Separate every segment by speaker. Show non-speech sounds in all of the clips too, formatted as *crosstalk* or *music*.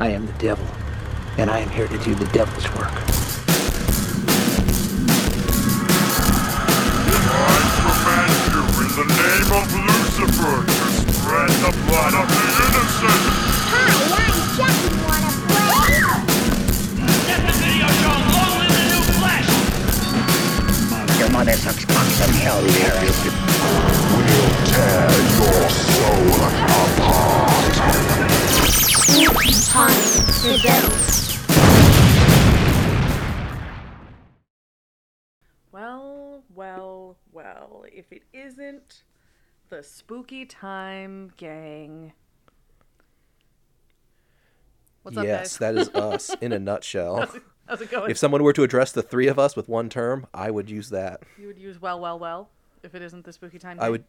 Speaker 1: I am the devil, and I am here to do the devil's work.
Speaker 2: I command you in the name of Lucifer to spread the blood of the innocent.
Speaker 3: Video show long live the new flesh!
Speaker 4: Well, well, well, if it isn't the spooky time gang. What's up, guys?
Speaker 5: yes, that
Speaker 4: *laughs*
Speaker 5: is us in a nutshell.
Speaker 4: How's it going?
Speaker 5: if someone were to address the three of us with one term, I would use that.
Speaker 4: you would use well, well, well if it isn't the spooky time gang.
Speaker 5: I would.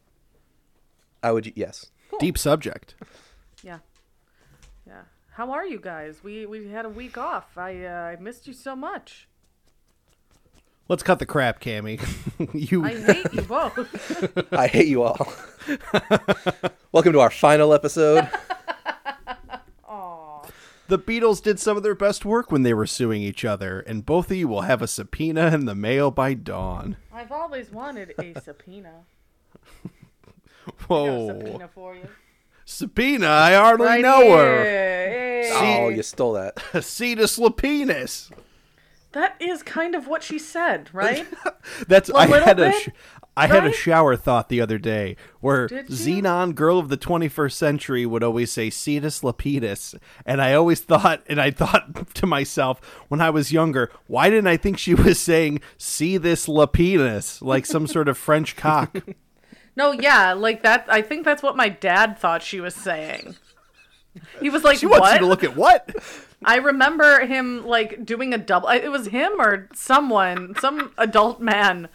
Speaker 5: I would. Yes.
Speaker 6: Deep subject.
Speaker 4: Yeah. Yeah. How are you guys? We we had a week off. I uh, I missed you so much.
Speaker 6: Let's cut the crap, Cammy. *laughs*
Speaker 5: *laughs*
Speaker 6: you
Speaker 4: I hate you both.
Speaker 5: I hate
Speaker 4: *laughs*
Speaker 5: you all. Welcome to our final episode.
Speaker 6: The Beatles did some of their best work when they were suing each other, and both of you will have a subpoena in the mail by dawn.
Speaker 4: I've always wanted a subpoena. I got a
Speaker 5: Oh.
Speaker 6: Whoa.
Speaker 4: subpoena for you.
Speaker 6: subpoena? I hardly
Speaker 4: Right
Speaker 6: know
Speaker 4: here. Hey.
Speaker 5: Oh, you stole that.
Speaker 6: her. Ceta Slapenis.
Speaker 4: That is kind of what she said, right?
Speaker 6: That's I
Speaker 4: little
Speaker 6: had a
Speaker 4: bit,
Speaker 6: sh- I had a
Speaker 4: right?
Speaker 6: shower thought the other day where
Speaker 4: Did you?
Speaker 6: Xenon girl of the 21st century would always say Cetus Lapidus and I always thought and I thought *laughs* to myself when I was younger why didn't I think she was saying see this Lapidus like some sort of
Speaker 4: *laughs*
Speaker 6: French cock
Speaker 4: No, yeah, like that. I think that's what my dad thought she was saying. He was like,
Speaker 6: she wants
Speaker 4: "What?"
Speaker 6: you to look at what
Speaker 4: I remember him like doing a double. I- It was him or someone, some adult man.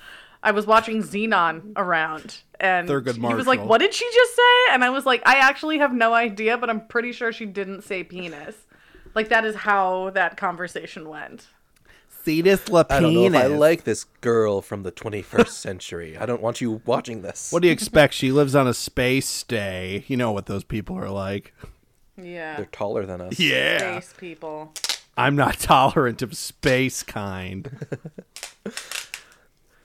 Speaker 4: I was watching Xenon around, and
Speaker 6: Thurgood
Speaker 4: he was like,
Speaker 6: Marshall.
Speaker 4: "What did she just say?" And I was like, "I actually have no idea, but I'm pretty sure she didn't say penis." Like that is how that conversation went.
Speaker 6: Cetus Lapidus
Speaker 5: I don't know if I like this girl from the 21st *laughs* century. I don't want you watching this.
Speaker 6: What do you expect she lives on a space stay you know what those people are like
Speaker 4: Yeah,
Speaker 5: *laughs* They're taller than us.
Speaker 6: yeah
Speaker 4: face people.
Speaker 6: I'm not *laughs* tolerant of space kind.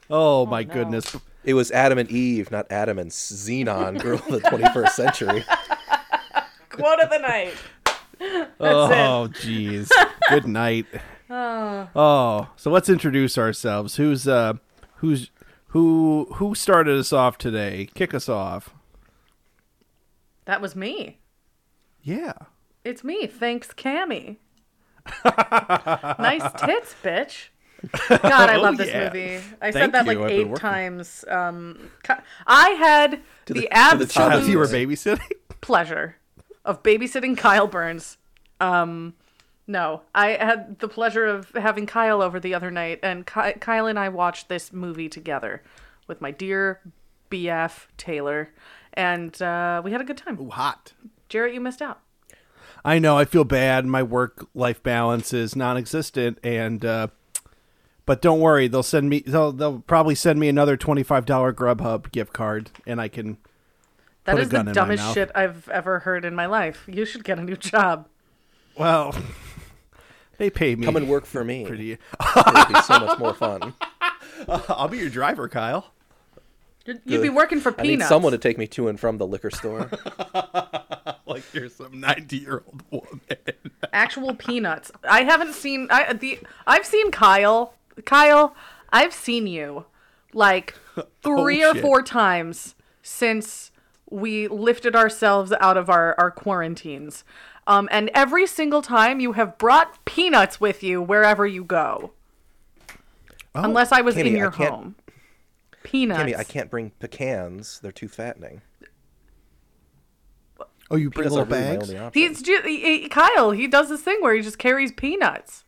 Speaker 6: oh, my goodness.
Speaker 5: It was Adam and Eve, not Adam and Xenon,
Speaker 4: *laughs*
Speaker 5: girl of the 21st century.
Speaker 4: Quote of the
Speaker 6: *laughs*
Speaker 4: night.
Speaker 6: Oh jeez. Good night. Oh. So let's introduce ourselves. Who's uh who's who who started us off today? Kick us off.
Speaker 4: That was me.
Speaker 6: Yeah.
Speaker 4: It's me. Thanks,
Speaker 6: *laughs*
Speaker 4: Cammy. nice tits, bitch. God, I
Speaker 6: Oh,
Speaker 4: love this
Speaker 6: yeah.
Speaker 4: movie. I
Speaker 6: Thank
Speaker 4: said that
Speaker 6: you, I've
Speaker 4: like
Speaker 6: been
Speaker 4: eight
Speaker 6: working.
Speaker 4: times. Um, co- I had the,
Speaker 5: the- to the
Speaker 4: absolute
Speaker 5: top of
Speaker 6: As Uh, you were
Speaker 5: Oops.
Speaker 6: babysitting? *laughs*
Speaker 4: pleasure of babysitting Kyle Burns. Um, no, I had the pleasure of having Kyle over the other night, and Ky- Kyle and I watched this movie together with my dear BF Taylor, and uh, we had a good time.
Speaker 6: Hot.
Speaker 4: Jarrett, you missed out.
Speaker 6: I know, I feel bad. My work life balance is non existent and uh but don't worry, they'll send me they'll they'll probably send me another twenty five dollar Grubhub gift card and I can
Speaker 4: That
Speaker 6: Put a
Speaker 4: is the
Speaker 6: gun in my
Speaker 4: dumbest
Speaker 6: mouth.
Speaker 4: shit I've ever heard in my life. You should get a new job.
Speaker 6: Well, *laughs* they pay me.
Speaker 5: Come and work for me.
Speaker 6: pretty.
Speaker 4: *laughs*
Speaker 5: It'd be so much more fun.
Speaker 6: *laughs* I'll be your driver, Kyle.
Speaker 4: You'd, you'd be working for
Speaker 5: I need
Speaker 4: peanuts.
Speaker 5: someone to take me to and from the liquor store.
Speaker 6: Like you're some ninety-year-old woman.
Speaker 4: Actual peanuts. I haven't seen. I the. I've seen Kyle. Kyle, I've seen you,
Speaker 5: *laughs*
Speaker 4: like
Speaker 5: Oh,
Speaker 4: three or
Speaker 6: shit.
Speaker 4: four times since we lifted ourselves out of our our quarantines. Um, and every single time you have brought peanuts with you wherever you go, unless I was
Speaker 5: Oh, Kenny,
Speaker 4: in
Speaker 5: I
Speaker 4: your
Speaker 5: can't-
Speaker 4: home. Peanuts.
Speaker 5: Kimmy, I can't bring pecans. They're too fattening.
Speaker 6: Oh, you bring
Speaker 5: Peanuts
Speaker 6: little
Speaker 5: are really my
Speaker 6: bags?
Speaker 5: only option.
Speaker 4: He's just, he, he- Kyle. He does this thing where he just carries peanuts.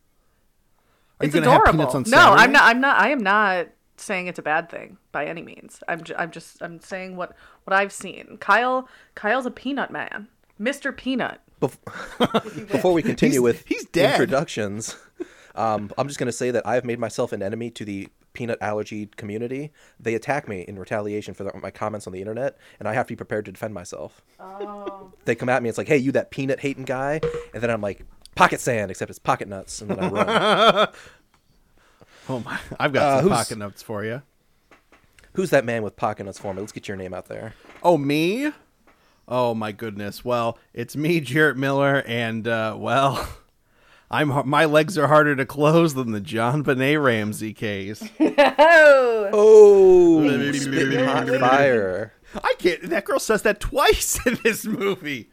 Speaker 6: Are you
Speaker 4: It's
Speaker 6: gonna
Speaker 4: adorable.
Speaker 6: have peanuts on
Speaker 4: no, I'm
Speaker 6: Saturday?
Speaker 4: not. I'm not. I am not saying it's a bad thing by any means. I'm. Ju- I'm just. I'm saying what what I've seen. Kyle. Kyle's a peanut man. Mister Peanut.
Speaker 5: *laughs* Before we continue
Speaker 6: He's-
Speaker 5: with
Speaker 6: he's dead.
Speaker 5: introductions, um, I'm just going to say that I've made myself an enemy to the peanut allergy community. They attack me in retaliation for the, my comments on the internet, and I have to be prepared to defend myself. Oh. they come at me. It's like, hey, you that peanut hating guy, and then I'm like, pocket sand, except it's pocket nuts, and then I
Speaker 6: *laughs*
Speaker 5: run.
Speaker 6: Oh my! I've got
Speaker 5: Uh,
Speaker 6: some
Speaker 5: who's-
Speaker 6: pocket notes for you.
Speaker 5: Who's that man with pocket nuts for me? Let's get your name out there.
Speaker 6: Oh me? Oh my goodness! Well, it's me, Jarrett Miller, and uh, well, *laughs* I'm har- my legs are harder to close than the John Benet Ramsey case.
Speaker 4: Oh,
Speaker 5: Oh, spitting hot fire.
Speaker 6: I can't. That girl says that twice *laughs* in this movie.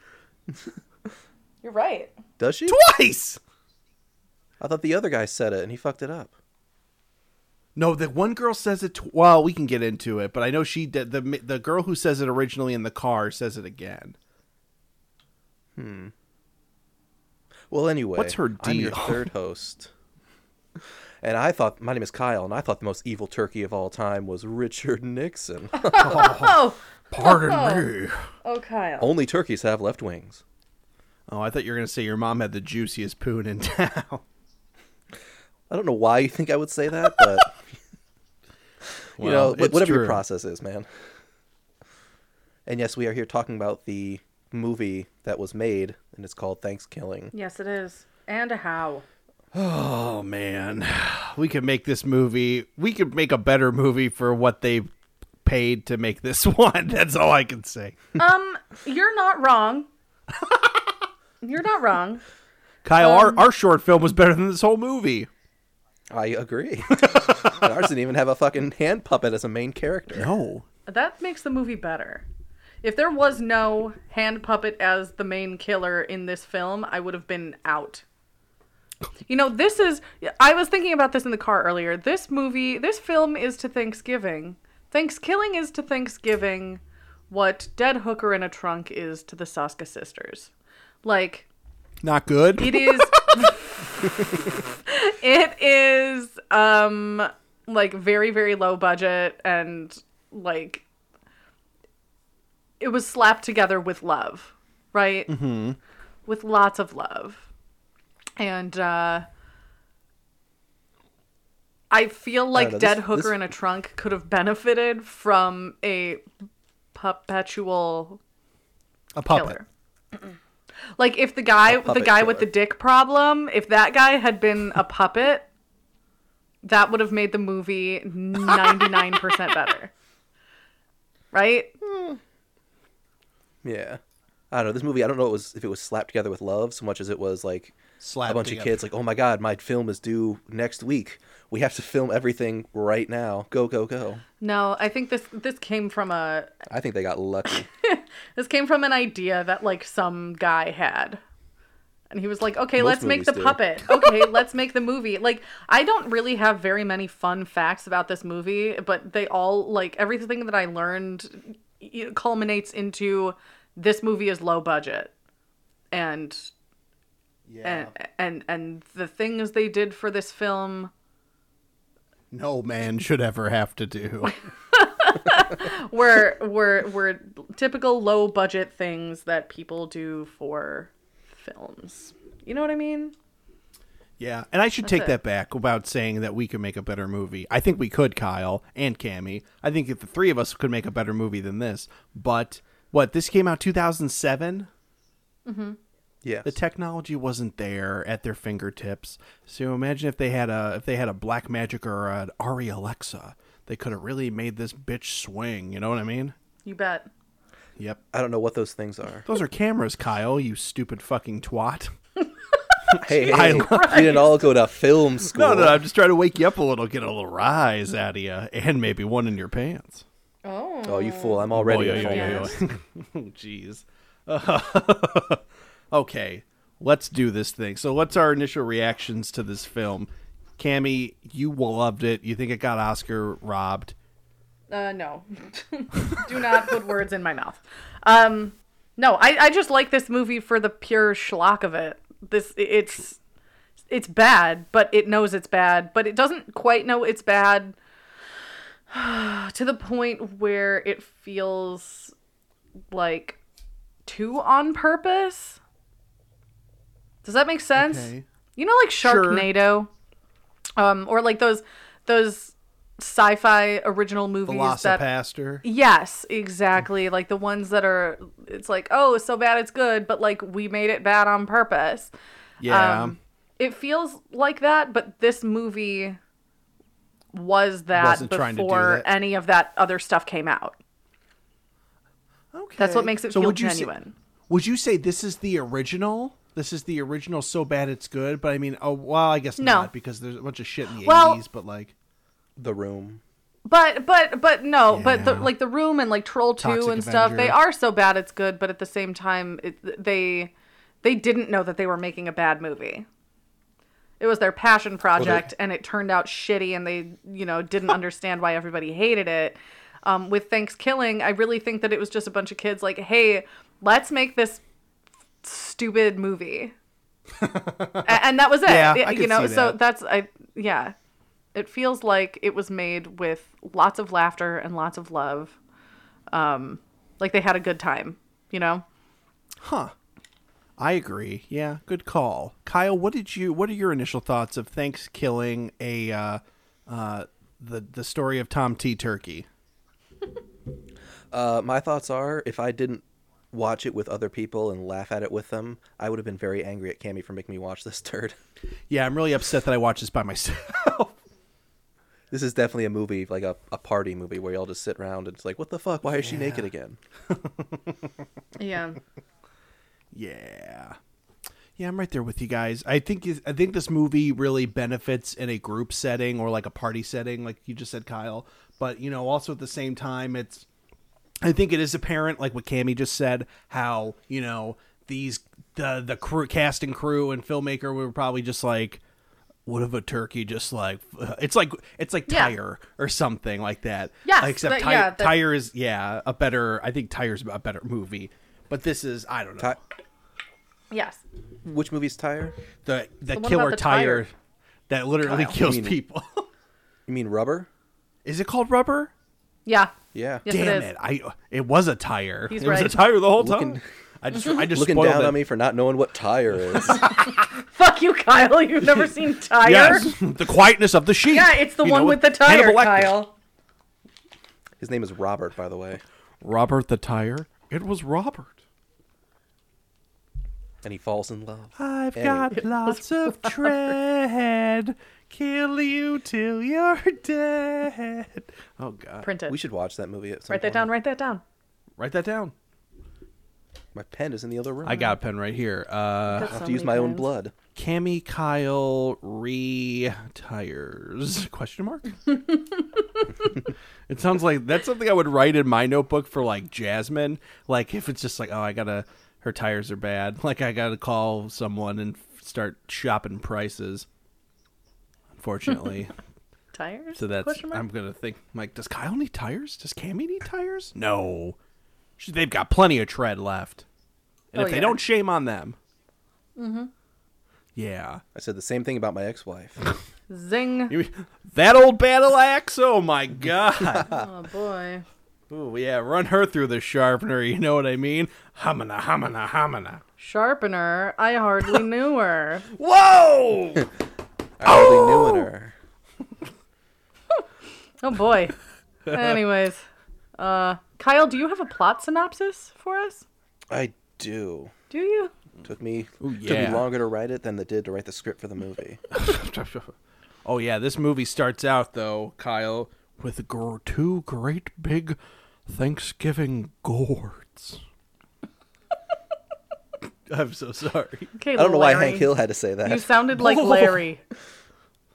Speaker 4: you're right.
Speaker 5: Does she?
Speaker 6: Twice.
Speaker 5: I thought the other guy said it and he fucked it up.
Speaker 6: No, the one girl says it. Tw- well, we can get into it, but I know she did. The the girl who says it originally in the car says it again.
Speaker 5: Well, anyway,
Speaker 6: What's her
Speaker 5: I'm your
Speaker 6: deal?
Speaker 5: third host, and I thought my name is Kyle, and I thought the most evil turkey of all time was Richard Nixon.
Speaker 6: *laughs*
Speaker 4: Oh,
Speaker 6: Pardon *laughs* me.
Speaker 4: oh, Kyle.
Speaker 5: Only turkeys have left wings.
Speaker 6: Oh, I thought you were gonna say your mom had the juiciest poon in town. *laughs*
Speaker 5: I don't know why you think I would say that,
Speaker 6: *laughs*
Speaker 5: but you know,
Speaker 6: Well,
Speaker 5: wh-
Speaker 6: it's
Speaker 5: whatever your
Speaker 6: true.
Speaker 5: process is, man. And yes, we are here talking about the movie that was made, and it's called Thanksgiving.
Speaker 4: Yes, it is. And a how.
Speaker 6: Oh man, *sighs* we could make this movie. We could make a better movie for what they paid to make this *laughs* one. That's all I can say.
Speaker 4: You're not wrong. *laughs* You're not wrong.
Speaker 6: Kyle, our,
Speaker 4: Um,
Speaker 6: our short film was better than this whole movie.
Speaker 5: I agree. *laughs* and ours didn't even have a fucking hand puppet as a main character.
Speaker 6: No,
Speaker 4: That makes the movie better. If there was no hand puppet as the main killer in this film, I would have been out. You know, this is. I was thinking about this in the car earlier. This movie, this film is to Thanksgiving. Thanksgiving is to Thanksgiving what Dead Hooker in a Trunk is to the Saska sisters. Like,
Speaker 6: not good.
Speaker 4: it is. *laughs* it is um like very very low budget and like it was slapped together with love, right? Mm-hmm. With lots of love, and uh, I feel like
Speaker 5: know, this-
Speaker 4: Dead
Speaker 5: this-
Speaker 4: Hooker in a Trunk could have benefited from a perpetual
Speaker 6: a puppet.
Speaker 4: killer. Like if the guy the
Speaker 5: puppet
Speaker 4: guy with the
Speaker 5: killer.
Speaker 4: dick problem, if that guy had been a puppet, that would have made the movie 99%
Speaker 5: *laughs*
Speaker 4: better. Right?
Speaker 5: Yeah. I don't know. This movie, I don't know it was, if it was slapped together with love so much as it was like
Speaker 6: Slapped
Speaker 5: a bunch
Speaker 6: together.
Speaker 5: of kids like, oh my God, my film is due next week. We have to film everything right now. Go, go, go.
Speaker 4: No, I think this this came from a
Speaker 5: I think they got lucky.
Speaker 4: this came from an idea that like some guy had. And he was like, "Okay,
Speaker 5: Most
Speaker 4: let's make
Speaker 5: movies
Speaker 4: the
Speaker 5: do.
Speaker 4: puppet.
Speaker 5: *laughs*
Speaker 4: Okay, let's make the movie." Like, I don't really have very many fun facts about this movie, but they all like everything that I learned it culminates into this movie is low budget. And
Speaker 6: Yeah.
Speaker 4: and and and the things they did for this film
Speaker 6: No man should ever have to do.
Speaker 4: *laughs* were were were typical low budget things that people do for films. You know what I mean?
Speaker 6: Yeah, and I should take
Speaker 4: it.
Speaker 6: that back about saying that we could make a better movie. I think we could, Kyle and Cammy. I think if the three of us could make a better movie than this, but what this came out 2007,
Speaker 5: yeah.
Speaker 6: the technology wasn't there at their fingertips. So imagine if they had a if they had a Black Magic or an Ari Alexa, they could have really made this bitch swing. You know what I mean?
Speaker 4: You bet.
Speaker 6: Yep.
Speaker 5: I don't know what those things
Speaker 6: *laughs*
Speaker 5: are.
Speaker 6: Those are cameras, Kyle. You stupid fucking twat.
Speaker 5: hey, hey,
Speaker 6: I-
Speaker 5: we didn't all go to film school.
Speaker 6: No, no, I'm just trying to wake you up a little, get a little rise out of you, and maybe one in your pants.
Speaker 4: Oh.
Speaker 5: Oh, you fool. I'm already
Speaker 6: Oh,
Speaker 5: a fool.
Speaker 4: yeah.
Speaker 6: *laughs* Jeez. Oh, *laughs* okay, let's do this thing. So, what's our initial reactions to this film? Cammy, you loved it. You think it got Oscar robbed?
Speaker 4: Uh, no. *laughs* Do not put words in my mouth. Um, no, I, I just like this movie for the pure schlock of it. This it's it's bad, but it knows it's bad, but it doesn't quite know it's bad *sighs* to the point where it feels like too on purpose. Does that make sense? You know, like
Speaker 6: Sure.
Speaker 4: Sharknado, um, or like those those sci-fi original movies that. Um,
Speaker 6: Velocipaster.
Speaker 4: Yes, exactly. Like the ones that are, it's like, oh, so bad it's good, but like we made it bad on purpose.
Speaker 6: Yeah.
Speaker 4: it feels like that, but this movie was that
Speaker 6: Wasn't trying to do
Speaker 4: before
Speaker 6: that.
Speaker 4: any of that other stuff came out.
Speaker 6: okay.
Speaker 4: That's what makes it feel
Speaker 6: would you say-
Speaker 4: genuine.
Speaker 6: would you say this is the original? This is the original, so bad it's good. But I mean, oh well, I guess
Speaker 4: No.
Speaker 6: not because there's a bunch of shit in the
Speaker 4: Well-
Speaker 6: eighties. But like,
Speaker 5: The Room.
Speaker 4: But but but no, but the,
Speaker 6: Yeah.
Speaker 4: like the room and like Troll Two
Speaker 6: Toxic
Speaker 4: and stuff, they
Speaker 6: Avenger.
Speaker 4: are so bad it's good. But at the same time, it, they they didn't know that they were making a bad movie. It was their passion project, and it turned out shitty, and they you know
Speaker 6: *laughs*
Speaker 4: didn't understand why everybody hated it. Um, with Thanksgiving, I really think that it was just a bunch of kids like, hey, let's make this stupid
Speaker 6: *laughs*
Speaker 4: movie, A- and that was it.
Speaker 6: Yeah, I
Speaker 4: you
Speaker 6: could
Speaker 4: know,
Speaker 6: see
Speaker 4: so
Speaker 6: that.
Speaker 4: that's I yeah it feels like it was made with lots of laughter and lots of love. Um, like they had a good time, you know?
Speaker 6: I agree. Yeah, good call, Kyle. What did you? What are your initial thoughts of Thanks killing a uh, uh, the the story of Tom T. Turkey?
Speaker 5: Uh, my thoughts are if I didn't watch it with other people and laugh at it with them, I would have been very angry at Cammy for making me watch this *laughs* turd.
Speaker 6: Yeah, I'm really upset that I watched this by myself.
Speaker 5: This is definitely a movie, like a, a party movie where y'all just sit around and it's like, what the fuck? Why is she naked again?
Speaker 4: Yeah.
Speaker 6: Yeah. Yeah, I'm right there with you guys. I think I think this movie really benefits in a group setting or like a party setting, like you just said, Kyle. But you know, also at the same time, it's I think it is apparent, like what Cammy just said, how you know these the the crew, cast and crew and filmmaker were probably just like, what if a turkey just like *laughs* it's like it's like
Speaker 4: Yeah.
Speaker 6: tire or something like that.
Speaker 4: Yes,
Speaker 6: except
Speaker 4: that-
Speaker 6: Ti-
Speaker 4: yeah, that-
Speaker 6: tire is yeah a better. I think tire's a better movie, but this is I don't know
Speaker 5: Ti-
Speaker 4: *laughs* Yes.
Speaker 5: Which movie's Tire?
Speaker 6: the the
Speaker 4: one
Speaker 6: killer
Speaker 4: about the
Speaker 6: tire,
Speaker 4: tire.
Speaker 6: that literally
Speaker 4: Kyle.
Speaker 6: kills
Speaker 5: You mean-
Speaker 6: people. *laughs*
Speaker 5: You mean Rubber?
Speaker 6: is it called rubber?
Speaker 4: Yeah.
Speaker 5: Yeah.
Speaker 4: Yes, it
Speaker 6: Damn
Speaker 4: is.
Speaker 6: it! I it was a tire.
Speaker 4: He's
Speaker 6: it
Speaker 4: right.
Speaker 6: was a tire the whole
Speaker 5: Looking-
Speaker 6: time. I just I just
Speaker 5: Looking
Speaker 6: spoiled
Speaker 5: down
Speaker 6: it.
Speaker 5: on me for not knowing what
Speaker 4: *laughs*
Speaker 5: Tire is.
Speaker 4: Fuck you, Kyle. *laughs* You've never seen
Speaker 6: *laughs*
Speaker 4: Tire?
Speaker 6: Yes, the quietness of the sheep.
Speaker 4: Yeah, it's the
Speaker 6: You
Speaker 4: one
Speaker 6: know,
Speaker 4: with the tire,
Speaker 6: Hannibal Lecter.
Speaker 4: Kyle.
Speaker 5: His name is Robert, by the way.
Speaker 6: Robert the tire. It was Robert.
Speaker 5: And he falls in love.
Speaker 6: I've
Speaker 5: Anyway.
Speaker 6: got lots of tread. Kill you till you're *laughs* dead. Oh God!
Speaker 4: Print it.
Speaker 5: We should watch that movie at some
Speaker 4: write that
Speaker 5: point.
Speaker 4: down. Write that down.
Speaker 6: Write that down.
Speaker 5: My pen is in the other room.
Speaker 6: I got a pen right here. Uh,
Speaker 5: I have to use my own blood.
Speaker 6: Cammy Kyle retires? *laughs*
Speaker 4: *laughs*
Speaker 6: Question mark. it sounds like that's something I would write in my notebook for like Jasmine. Like if it's just like, oh, I gotta, her tires are bad. *laughs* Like I gotta call someone and start shopping prices.
Speaker 4: *laughs*
Speaker 6: Unfortunately,
Speaker 4: Tires?
Speaker 6: so that's
Speaker 4: Question mark?
Speaker 6: I'm gonna think like, does Kyle need tires? Does Cammy need tires? No, She- they've got plenty of tread left, and
Speaker 4: Oh,
Speaker 6: if they
Speaker 4: yeah.
Speaker 6: don't, shame on them. Mm-hmm. Yeah.
Speaker 5: I said the same thing about
Speaker 4: *gasps*
Speaker 5: my ex-wife.
Speaker 4: Zing.
Speaker 6: You- That old battle axe? Oh my god. *laughs*
Speaker 4: Oh, boy.
Speaker 6: Ooh, yeah, run her through the sharpener, you know what I mean? Hamina, hamina, hamina.
Speaker 4: Sharpener. I
Speaker 6: *laughs*
Speaker 4: hardly knew her.
Speaker 6: Whoa!
Speaker 5: I hardly knew in her.
Speaker 4: Oh, boy.
Speaker 5: *laughs*
Speaker 4: Anyways. Uh, Kyle, do you have a plot synopsis for us?
Speaker 5: I do.
Speaker 4: Do you?
Speaker 5: Took me took
Speaker 6: yeah.
Speaker 5: me longer to write it than it did to write the script for the movie.
Speaker 4: *laughs*
Speaker 6: oh yeah, this movie starts out though, Kyle, with gr- two great big Thanksgiving gourds. I'm so sorry.
Speaker 4: Okay,
Speaker 5: I don't know why
Speaker 4: Larry.
Speaker 5: Hank Hill had to say that.
Speaker 4: You sounded
Speaker 5: *laughs*
Speaker 4: like Larry.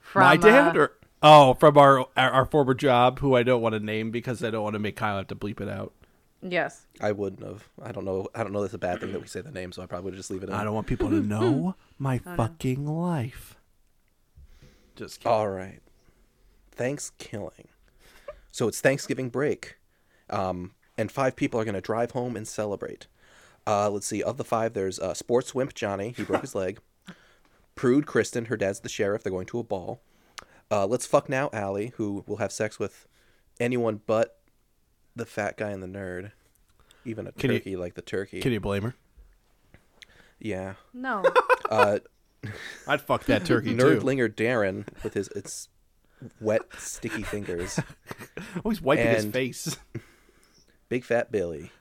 Speaker 4: From,
Speaker 6: My dad
Speaker 4: uh,
Speaker 6: or Oh, from our, our our former job who I don't want to name because I don't want to make Kyle have to bleep it out.
Speaker 4: Yes.
Speaker 5: I wouldn't have. I don't know. I don't know. That's a bad thing that we say the name, so I probably would just leave it. in.
Speaker 6: I don't want people to know my fucking life. Oh, Just kidding.
Speaker 5: All right. Thanks killing. So it's Thanksgiving break, um, and five people are going to drive home and celebrate. Uh, let's see. Of the five, there's uh, sports wimp Johnny. He broke
Speaker 6: *laughs*
Speaker 5: his leg. Prude Kristen. Her dad's the sheriff. They're going to a ball. Uh, let's fuck now Allie, who will have sex with anyone but the fat guy and the nerd. Even a
Speaker 6: Can you-
Speaker 5: turkey like the turkey.
Speaker 6: Can you blame her?
Speaker 5: yeah.
Speaker 4: No.
Speaker 5: Uh,
Speaker 6: I'd fuck that turkey too.
Speaker 5: nerdlinger Darren with his its wet
Speaker 4: *laughs*
Speaker 5: sticky fingers.
Speaker 6: Always Oh, wiping his
Speaker 5: and-
Speaker 6: face.
Speaker 5: Big fat Billy.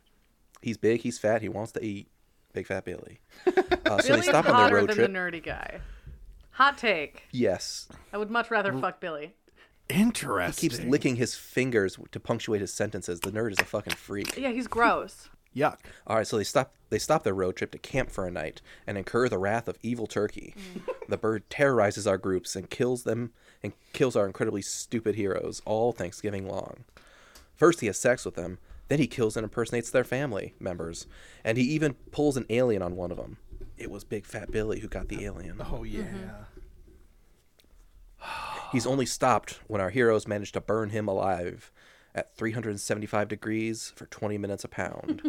Speaker 5: He's big, he's fat, he wants to eat. Big
Speaker 4: *laughs*
Speaker 5: fat Billy. Uh, so they
Speaker 4: Billy's
Speaker 5: stop on their
Speaker 4: hotter
Speaker 5: road
Speaker 4: than
Speaker 5: trip.
Speaker 4: the nerdy guy. Hot take.
Speaker 5: yes,
Speaker 4: I would much rather fuck Billy.
Speaker 6: Interesting.
Speaker 5: keeps licking his fingers to punctuate his sentences. The nerd is a fucking freak.
Speaker 4: Yeah, he's gross.
Speaker 6: Yuck.
Speaker 5: All right, so they stop they stop their road trip to camp for a night and incur the wrath of evil turkey. the bird terrorizes our groups and kills them and kills our incredibly stupid heroes all Thanksgiving long. First he has sex with them, then he kills and impersonates their family members, and he even pulls an alien on one of them. It was Big Fat Billy who got the alien.
Speaker 6: Oh yeah.
Speaker 5: He's only stopped when our heroes manage to burn him alive at 375 degrees for 20 minutes a pound.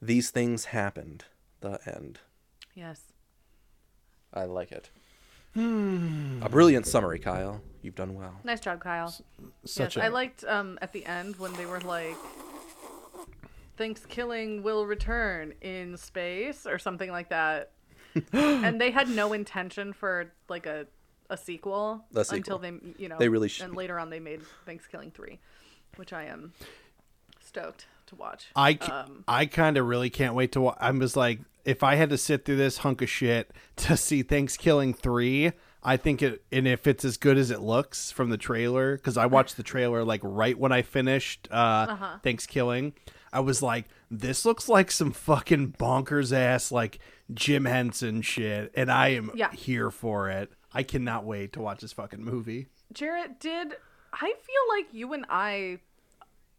Speaker 5: These things happened. The end.
Speaker 4: Yes.
Speaker 5: I like it. A brilliant summary, Kyle. You've done well.
Speaker 4: Nice job, Kyle.
Speaker 6: Such
Speaker 4: yes,
Speaker 6: a
Speaker 4: I liked um, at the end when they were like, "Thanksgiving will return in space" or something like
Speaker 5: *laughs*
Speaker 4: that, and they had no intention for like a a sequel,
Speaker 5: A sequel.
Speaker 4: until they you know
Speaker 5: They really should
Speaker 4: and
Speaker 5: be.
Speaker 4: later on they made Thanksgiving three, which I am stoked to watch.
Speaker 6: I, c- I kind of really can't wait to. Wa- I'm just like, if I had to sit through this hunk of shit *laughs* to see Thanksgiving three, I think it, and if it's as good as it looks from the trailer, because I watched the trailer like right when I finished uh, Thanksgiving, I was like, this looks like some fucking bonkers ass like Jim Henson shit, and I am
Speaker 4: Yeah.
Speaker 6: here for it. I cannot wait to watch this fucking movie.
Speaker 4: Jarrett, did I feel like you and I,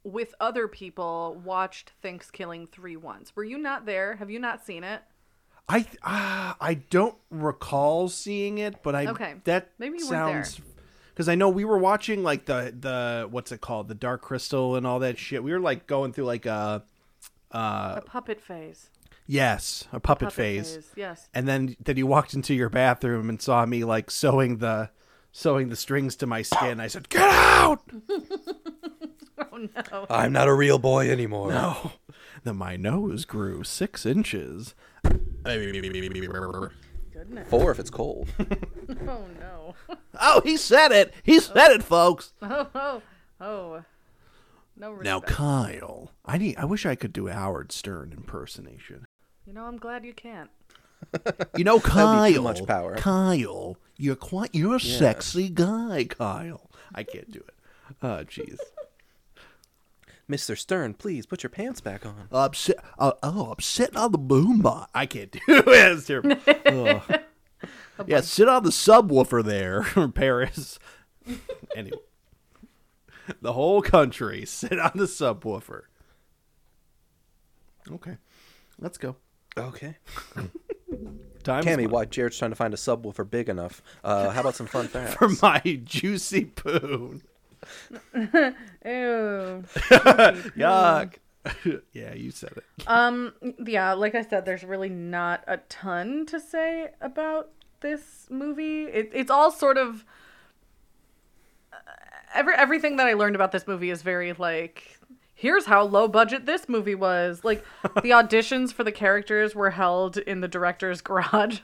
Speaker 4: with other people, watched Thanksgiving three once? Were you not there? Have you not seen it?
Speaker 6: I th- ah, I don't recall seeing it, but I
Speaker 4: Okay.
Speaker 6: that
Speaker 4: Maybe you weren't there.
Speaker 6: sounds because I know we were watching like the the what's it called the Dark Crystal and all that shit. We were like going through like uh, a
Speaker 4: a puppet phase.
Speaker 6: yes a puppet, phase.
Speaker 4: Yes. *laughs*
Speaker 6: and then then you walked into your bathroom and saw me like sewing the sewing the strings to my skin. I said, "Get out!"
Speaker 4: Oh,
Speaker 5: I'm not a real boy anymore.
Speaker 6: Oh, then my nose grew six inches. Oh,
Speaker 5: Four if it's cold. *laughs*
Speaker 4: Oh no. *laughs*
Speaker 6: Oh, he said it. He said it, folks.
Speaker 4: Oh oh oh. No respect.
Speaker 6: Now, Kyle, I need. I wish I could do a Howard Stern
Speaker 5: *laughs*
Speaker 6: impersonation.
Speaker 4: You know I'm glad you can't.
Speaker 6: You know, Kyle.
Speaker 5: That'd be too much power.
Speaker 6: Kyle, you're quite. You're a sexy guy, Kyle. I can't do it. Oh, jeez.
Speaker 5: Mr. Stern, please put your pants back on.
Speaker 6: I'm sit- uh, oh, I'm sitting on the boombox. I can't do *laughs* it. It's
Speaker 5: *laughs*
Speaker 6: terrible. Ugh. yeah, sit on the subwoofer there, *laughs* Paris. anyway, the whole country *laughs* sit on the subwoofer. Okay, let's go.
Speaker 5: Okay.
Speaker 6: Time is
Speaker 5: Cammy,
Speaker 6: money.
Speaker 5: while Jared's trying to find a subwoofer big enough, uh, how about some *laughs* fun facts?
Speaker 6: for *laughs* my juicy poon.
Speaker 4: Ew.
Speaker 6: Yuck. *laughs* yeah, you said it.
Speaker 4: Yeah, like I said, there's really not a ton to say about this movie. It, it's all sort of uh, every everything that I learned about this movie is very like here's how low budget this movie was. Like the auditions for the characters were held in the director's *laughs* garage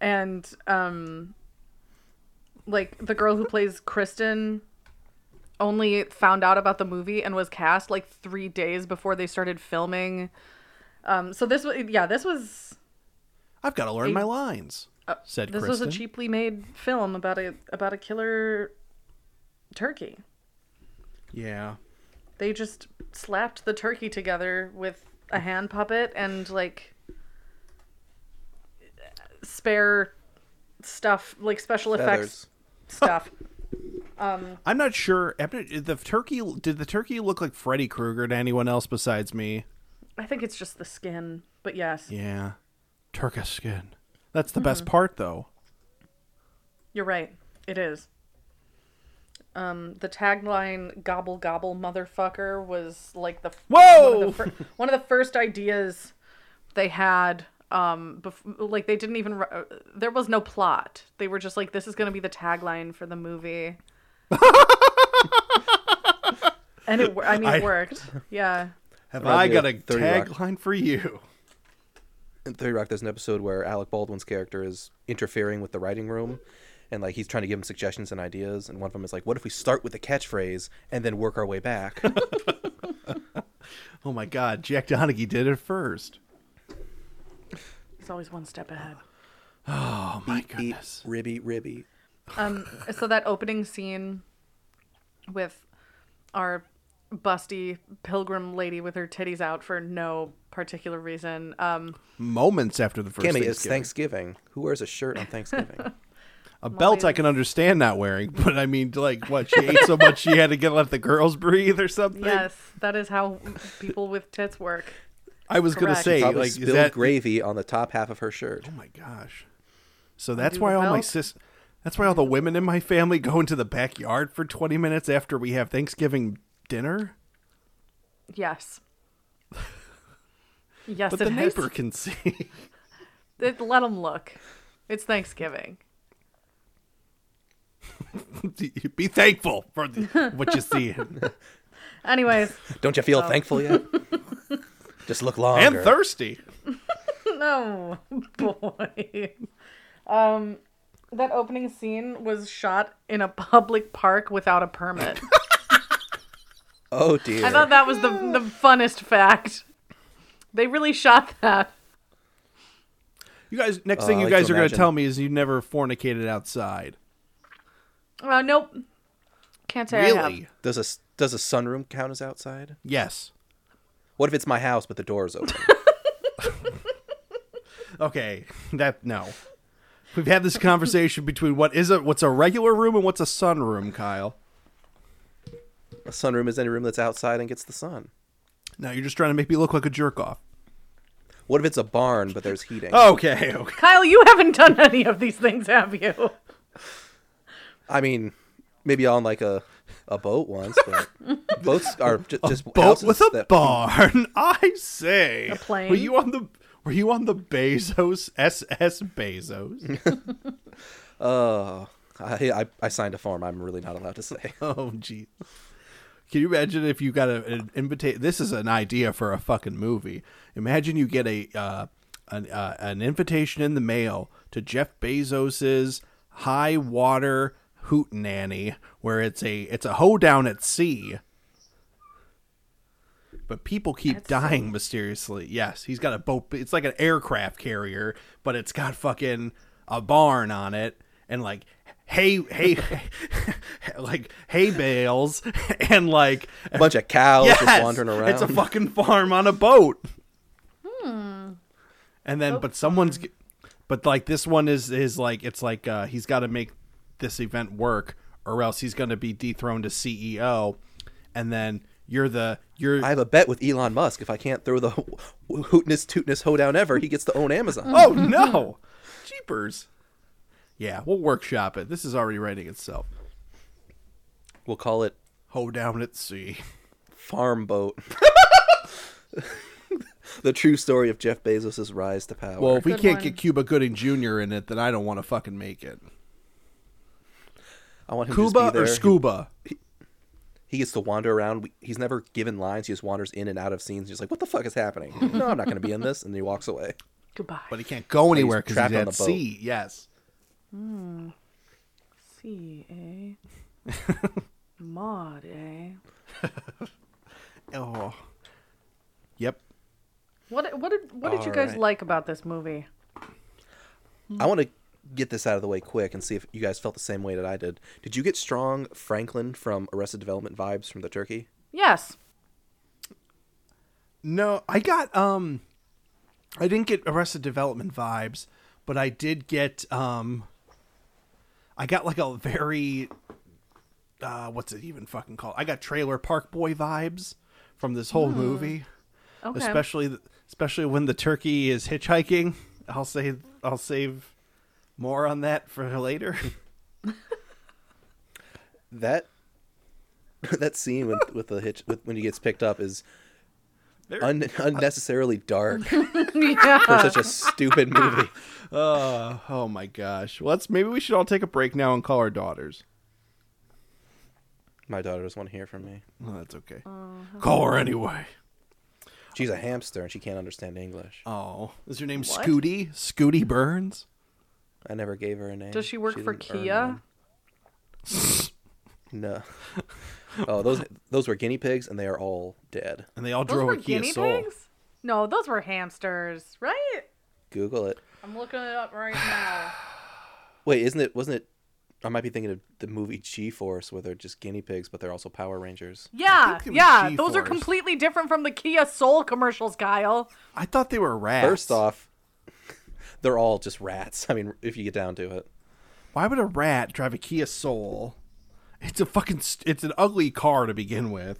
Speaker 4: and um like the girl who plays Kristen only found out about the movie and was cast like 3 days before they started filming. Um so this was yeah, this was
Speaker 6: I've got to learn my lines. said
Speaker 4: this
Speaker 6: Kristen.
Speaker 4: was a cheaply made film about a about a killer turkey.
Speaker 6: Yeah.
Speaker 4: they just slapped the turkey together with a hand puppet and like spare stuff like special effects
Speaker 5: Feathers.
Speaker 4: stuff
Speaker 6: I'm not sure. I'm not- did The turkey did the turkey look like Freddy Krueger to anyone else besides me?
Speaker 4: i think it's just the skin but yes
Speaker 6: Yeah, Turkish skin. That's the best part, though.
Speaker 4: you're right it is um the tagline gobble gobble motherfucker was like the one
Speaker 6: Whoa!
Speaker 4: of the, fir- one of the first ideas they had um bef- like they didn't even ri- uh, there was no plot they were just like this is going to be the tagline for the
Speaker 6: *laughs*
Speaker 4: movie and it wor- i mean it
Speaker 6: I-
Speaker 4: worked yeah
Speaker 6: Have
Speaker 5: Reminds
Speaker 6: I
Speaker 5: me
Speaker 6: got a
Speaker 5: of 30 Rock.
Speaker 6: tagline for you?
Speaker 5: in Thirty Rock, there's an episode where Alec Baldwin's character is interfering with the writing room, and like he's trying to give him suggestions and ideas, and one of them is like, "What if we start with the catchphrase and then work our way *laughs* back?"
Speaker 6: Oh my God, Jack Donaghy did it first.
Speaker 4: He's always one step ahead.
Speaker 6: Oh my
Speaker 5: Eat
Speaker 6: goodness.
Speaker 5: ribby ribby.
Speaker 4: Um, So that opening scene with our busty pilgrim lady with her titties out for no particular reason. Um,
Speaker 6: Moments after the first
Speaker 5: Kenny,
Speaker 6: Thanksgiving.
Speaker 5: it's Thanksgiving. Who wears a shirt on Thanksgiving?
Speaker 6: A belt I can understand not wearing, *laughs* but I mean, like, what? She ate so much she had to get let the girls breathe or something?
Speaker 4: yes, that is how people with tits work.
Speaker 6: I was going to
Speaker 4: Correct.
Speaker 6: say,
Speaker 5: Probably
Speaker 6: like, is
Speaker 5: spilled
Speaker 6: that.
Speaker 5: gravy on the top half of her shirt.
Speaker 6: Oh my gosh. So that's
Speaker 4: do
Speaker 6: why
Speaker 4: the
Speaker 6: all my
Speaker 4: belt.
Speaker 6: sis that's why all the women in my family go into the backyard for 20 minutes after we have Thanksgiving dinner.
Speaker 4: Yes. Yes,
Speaker 6: But
Speaker 4: it
Speaker 6: the
Speaker 4: has.
Speaker 6: neighbor can see. *laughs*
Speaker 4: It, let them look. It's Thanksgiving.
Speaker 6: Be thankful for the, what
Speaker 5: *laughs*
Speaker 6: you see.
Speaker 4: Anyways,
Speaker 6: *laughs*
Speaker 5: Don't you feel thankful yet? Just look longer.
Speaker 6: and thirsty.
Speaker 4: no boy. Um, that opening scene was shot in a public park without a permit.
Speaker 5: oh dear.
Speaker 4: I thought that was the the funnest fact. They really shot that.
Speaker 6: You guys next thing
Speaker 5: Uh, I
Speaker 6: you
Speaker 5: like
Speaker 6: guys
Speaker 5: to
Speaker 6: are going to
Speaker 5: imagine.
Speaker 6: tell me is you never fornicated outside.
Speaker 4: Uh, nope. Can't say I have.
Speaker 6: Really?
Speaker 5: Does a s- does a sunroom count as outside?
Speaker 6: Yes.
Speaker 5: What if it's my house but the door is open?
Speaker 6: Okay, that no. We've had this conversation between what is a what's a regular room and what's a sunroom, Kyle.
Speaker 5: a sunroom is any room that's outside and gets the sun.
Speaker 6: Now you're just trying to make me look like a jerk off.
Speaker 5: What if it's a barn but there's heating?
Speaker 6: Okay, okay.
Speaker 4: Kyle, you haven't done *laughs* any of these things, have you?
Speaker 5: I mean, maybe on like a a boat once, but boats are ju- just
Speaker 6: boat
Speaker 5: houses
Speaker 6: with a
Speaker 5: that-
Speaker 6: barn. *laughs* I say, a
Speaker 4: plane?
Speaker 6: Were you on the Were you on the Bezos SS Bezos?
Speaker 5: Oh, I, I I signed a form. I'm really not allowed to say. *laughs*
Speaker 6: *laughs* oh, gee. Can you imagine if you got a, an invitation? This is an idea for a fucking movie. Imagine you get a uh, an uh, an invitation in the mail to Jeff Bezos's high water hootenanny, where it's a it's a hoedown at sea. But people keep dying mysteriously. Yes, he's got a boat. It's like an aircraft carrier, but it's got fucking a barn on it and like hay, hay, *laughs* like hay bales *laughs* and like
Speaker 5: A bunch of cows just wandering around.
Speaker 6: It's a fucking farm on a boat. And then, but someone's, g- but like this one is is like it's like uh, he's got to make this event work, or else he's going to be dethroned as CEO. And then you're the you're
Speaker 5: I have a bet with Elon Musk. If I can't throw the hootness tootness hoedown ever, he gets to own Amazon.
Speaker 6: *laughs* Oh no, jeepers! Yeah, we'll workshop it. This is already writing itself.
Speaker 5: We'll call it
Speaker 6: Ho down at sea.
Speaker 5: Farm Boat. the true story of Jeff Bezos' rise to power.
Speaker 6: *laughs* Well, if we
Speaker 4: Good
Speaker 6: can't
Speaker 4: one.
Speaker 6: get Cuba Gooding Jr. in it, then I don't want to fucking make it.
Speaker 5: I want him to
Speaker 6: Cuba
Speaker 5: just be
Speaker 6: or
Speaker 5: there.
Speaker 6: Scuba?
Speaker 5: He gets to wander around. We- He's never given lines. He just wanders in and out of scenes. He's like, "What the fuck is happening? No, I'm not going to be in this." And then he walks away.
Speaker 4: Goodbye.
Speaker 6: But he can't go anywhere because he's,
Speaker 5: trapped on
Speaker 6: at
Speaker 5: the boat.
Speaker 6: sea. Yes.
Speaker 4: C A. Mod A.
Speaker 6: Oh. Yep.
Speaker 4: What what did what did you guys
Speaker 5: Alright.
Speaker 4: like about this movie?
Speaker 6: Mm-hmm.
Speaker 5: I want to get this out of the way quick and see if you guys felt the same way that I did. Did you get strong Franklin from Arrested Development vibes from the turkey?
Speaker 4: Yes.
Speaker 6: No, I got um I didn't get Arrested Development vibes, but I did get um I got like a very uh what's it even fucking called? I got Trailer Park Boy vibes from this whole movie,
Speaker 4: Okay.
Speaker 6: especially th- especially when the turkey is hitchhiking. I'll save I'll save more on that for later. *laughs*
Speaker 5: That that scene with with the hitch with, when he gets picked up is
Speaker 6: There-
Speaker 5: un, unnecessarily dark for
Speaker 4: *laughs* yeah.
Speaker 5: such a stupid movie.
Speaker 6: Uh, oh my gosh. Let's maybe we should all take a break now and call our daughters.
Speaker 5: My daughter doesn't want to hear from me.
Speaker 6: Oh, that's okay. Call her anyway.
Speaker 5: She's a hamster and she can't understand English.
Speaker 6: Oh, is your name
Speaker 4: What?
Speaker 6: Scooty? Scooty Burns?
Speaker 5: I never gave her a name.
Speaker 4: Does she work for
Speaker 5: didn't earn
Speaker 4: Kia?
Speaker 5: one. No. *laughs* Oh, those those were guinea pigs and they are all dead.
Speaker 6: And they all
Speaker 4: Those
Speaker 6: drove
Speaker 4: were
Speaker 6: a Kia
Speaker 4: guinea
Speaker 6: Soul.
Speaker 4: pigs? No, those were hamsters, right?
Speaker 5: Google it.
Speaker 4: I'm looking it up right now.
Speaker 5: Wait, isn't it? Wasn't it? I might be thinking of the movie G Force, where they're just guinea pigs, but they're also Power Rangers.
Speaker 4: Yeah,
Speaker 6: think it was
Speaker 4: yeah. Those are
Speaker 6: G-force.
Speaker 4: completely different from the Kia Soul commercials, Kyle.
Speaker 6: I thought they were rats.
Speaker 5: First off, *laughs* they're all just rats. I mean, if you get down to it,
Speaker 6: why would a rat drive a Kia Soul? It's a fucking. st- It's an ugly car to begin with.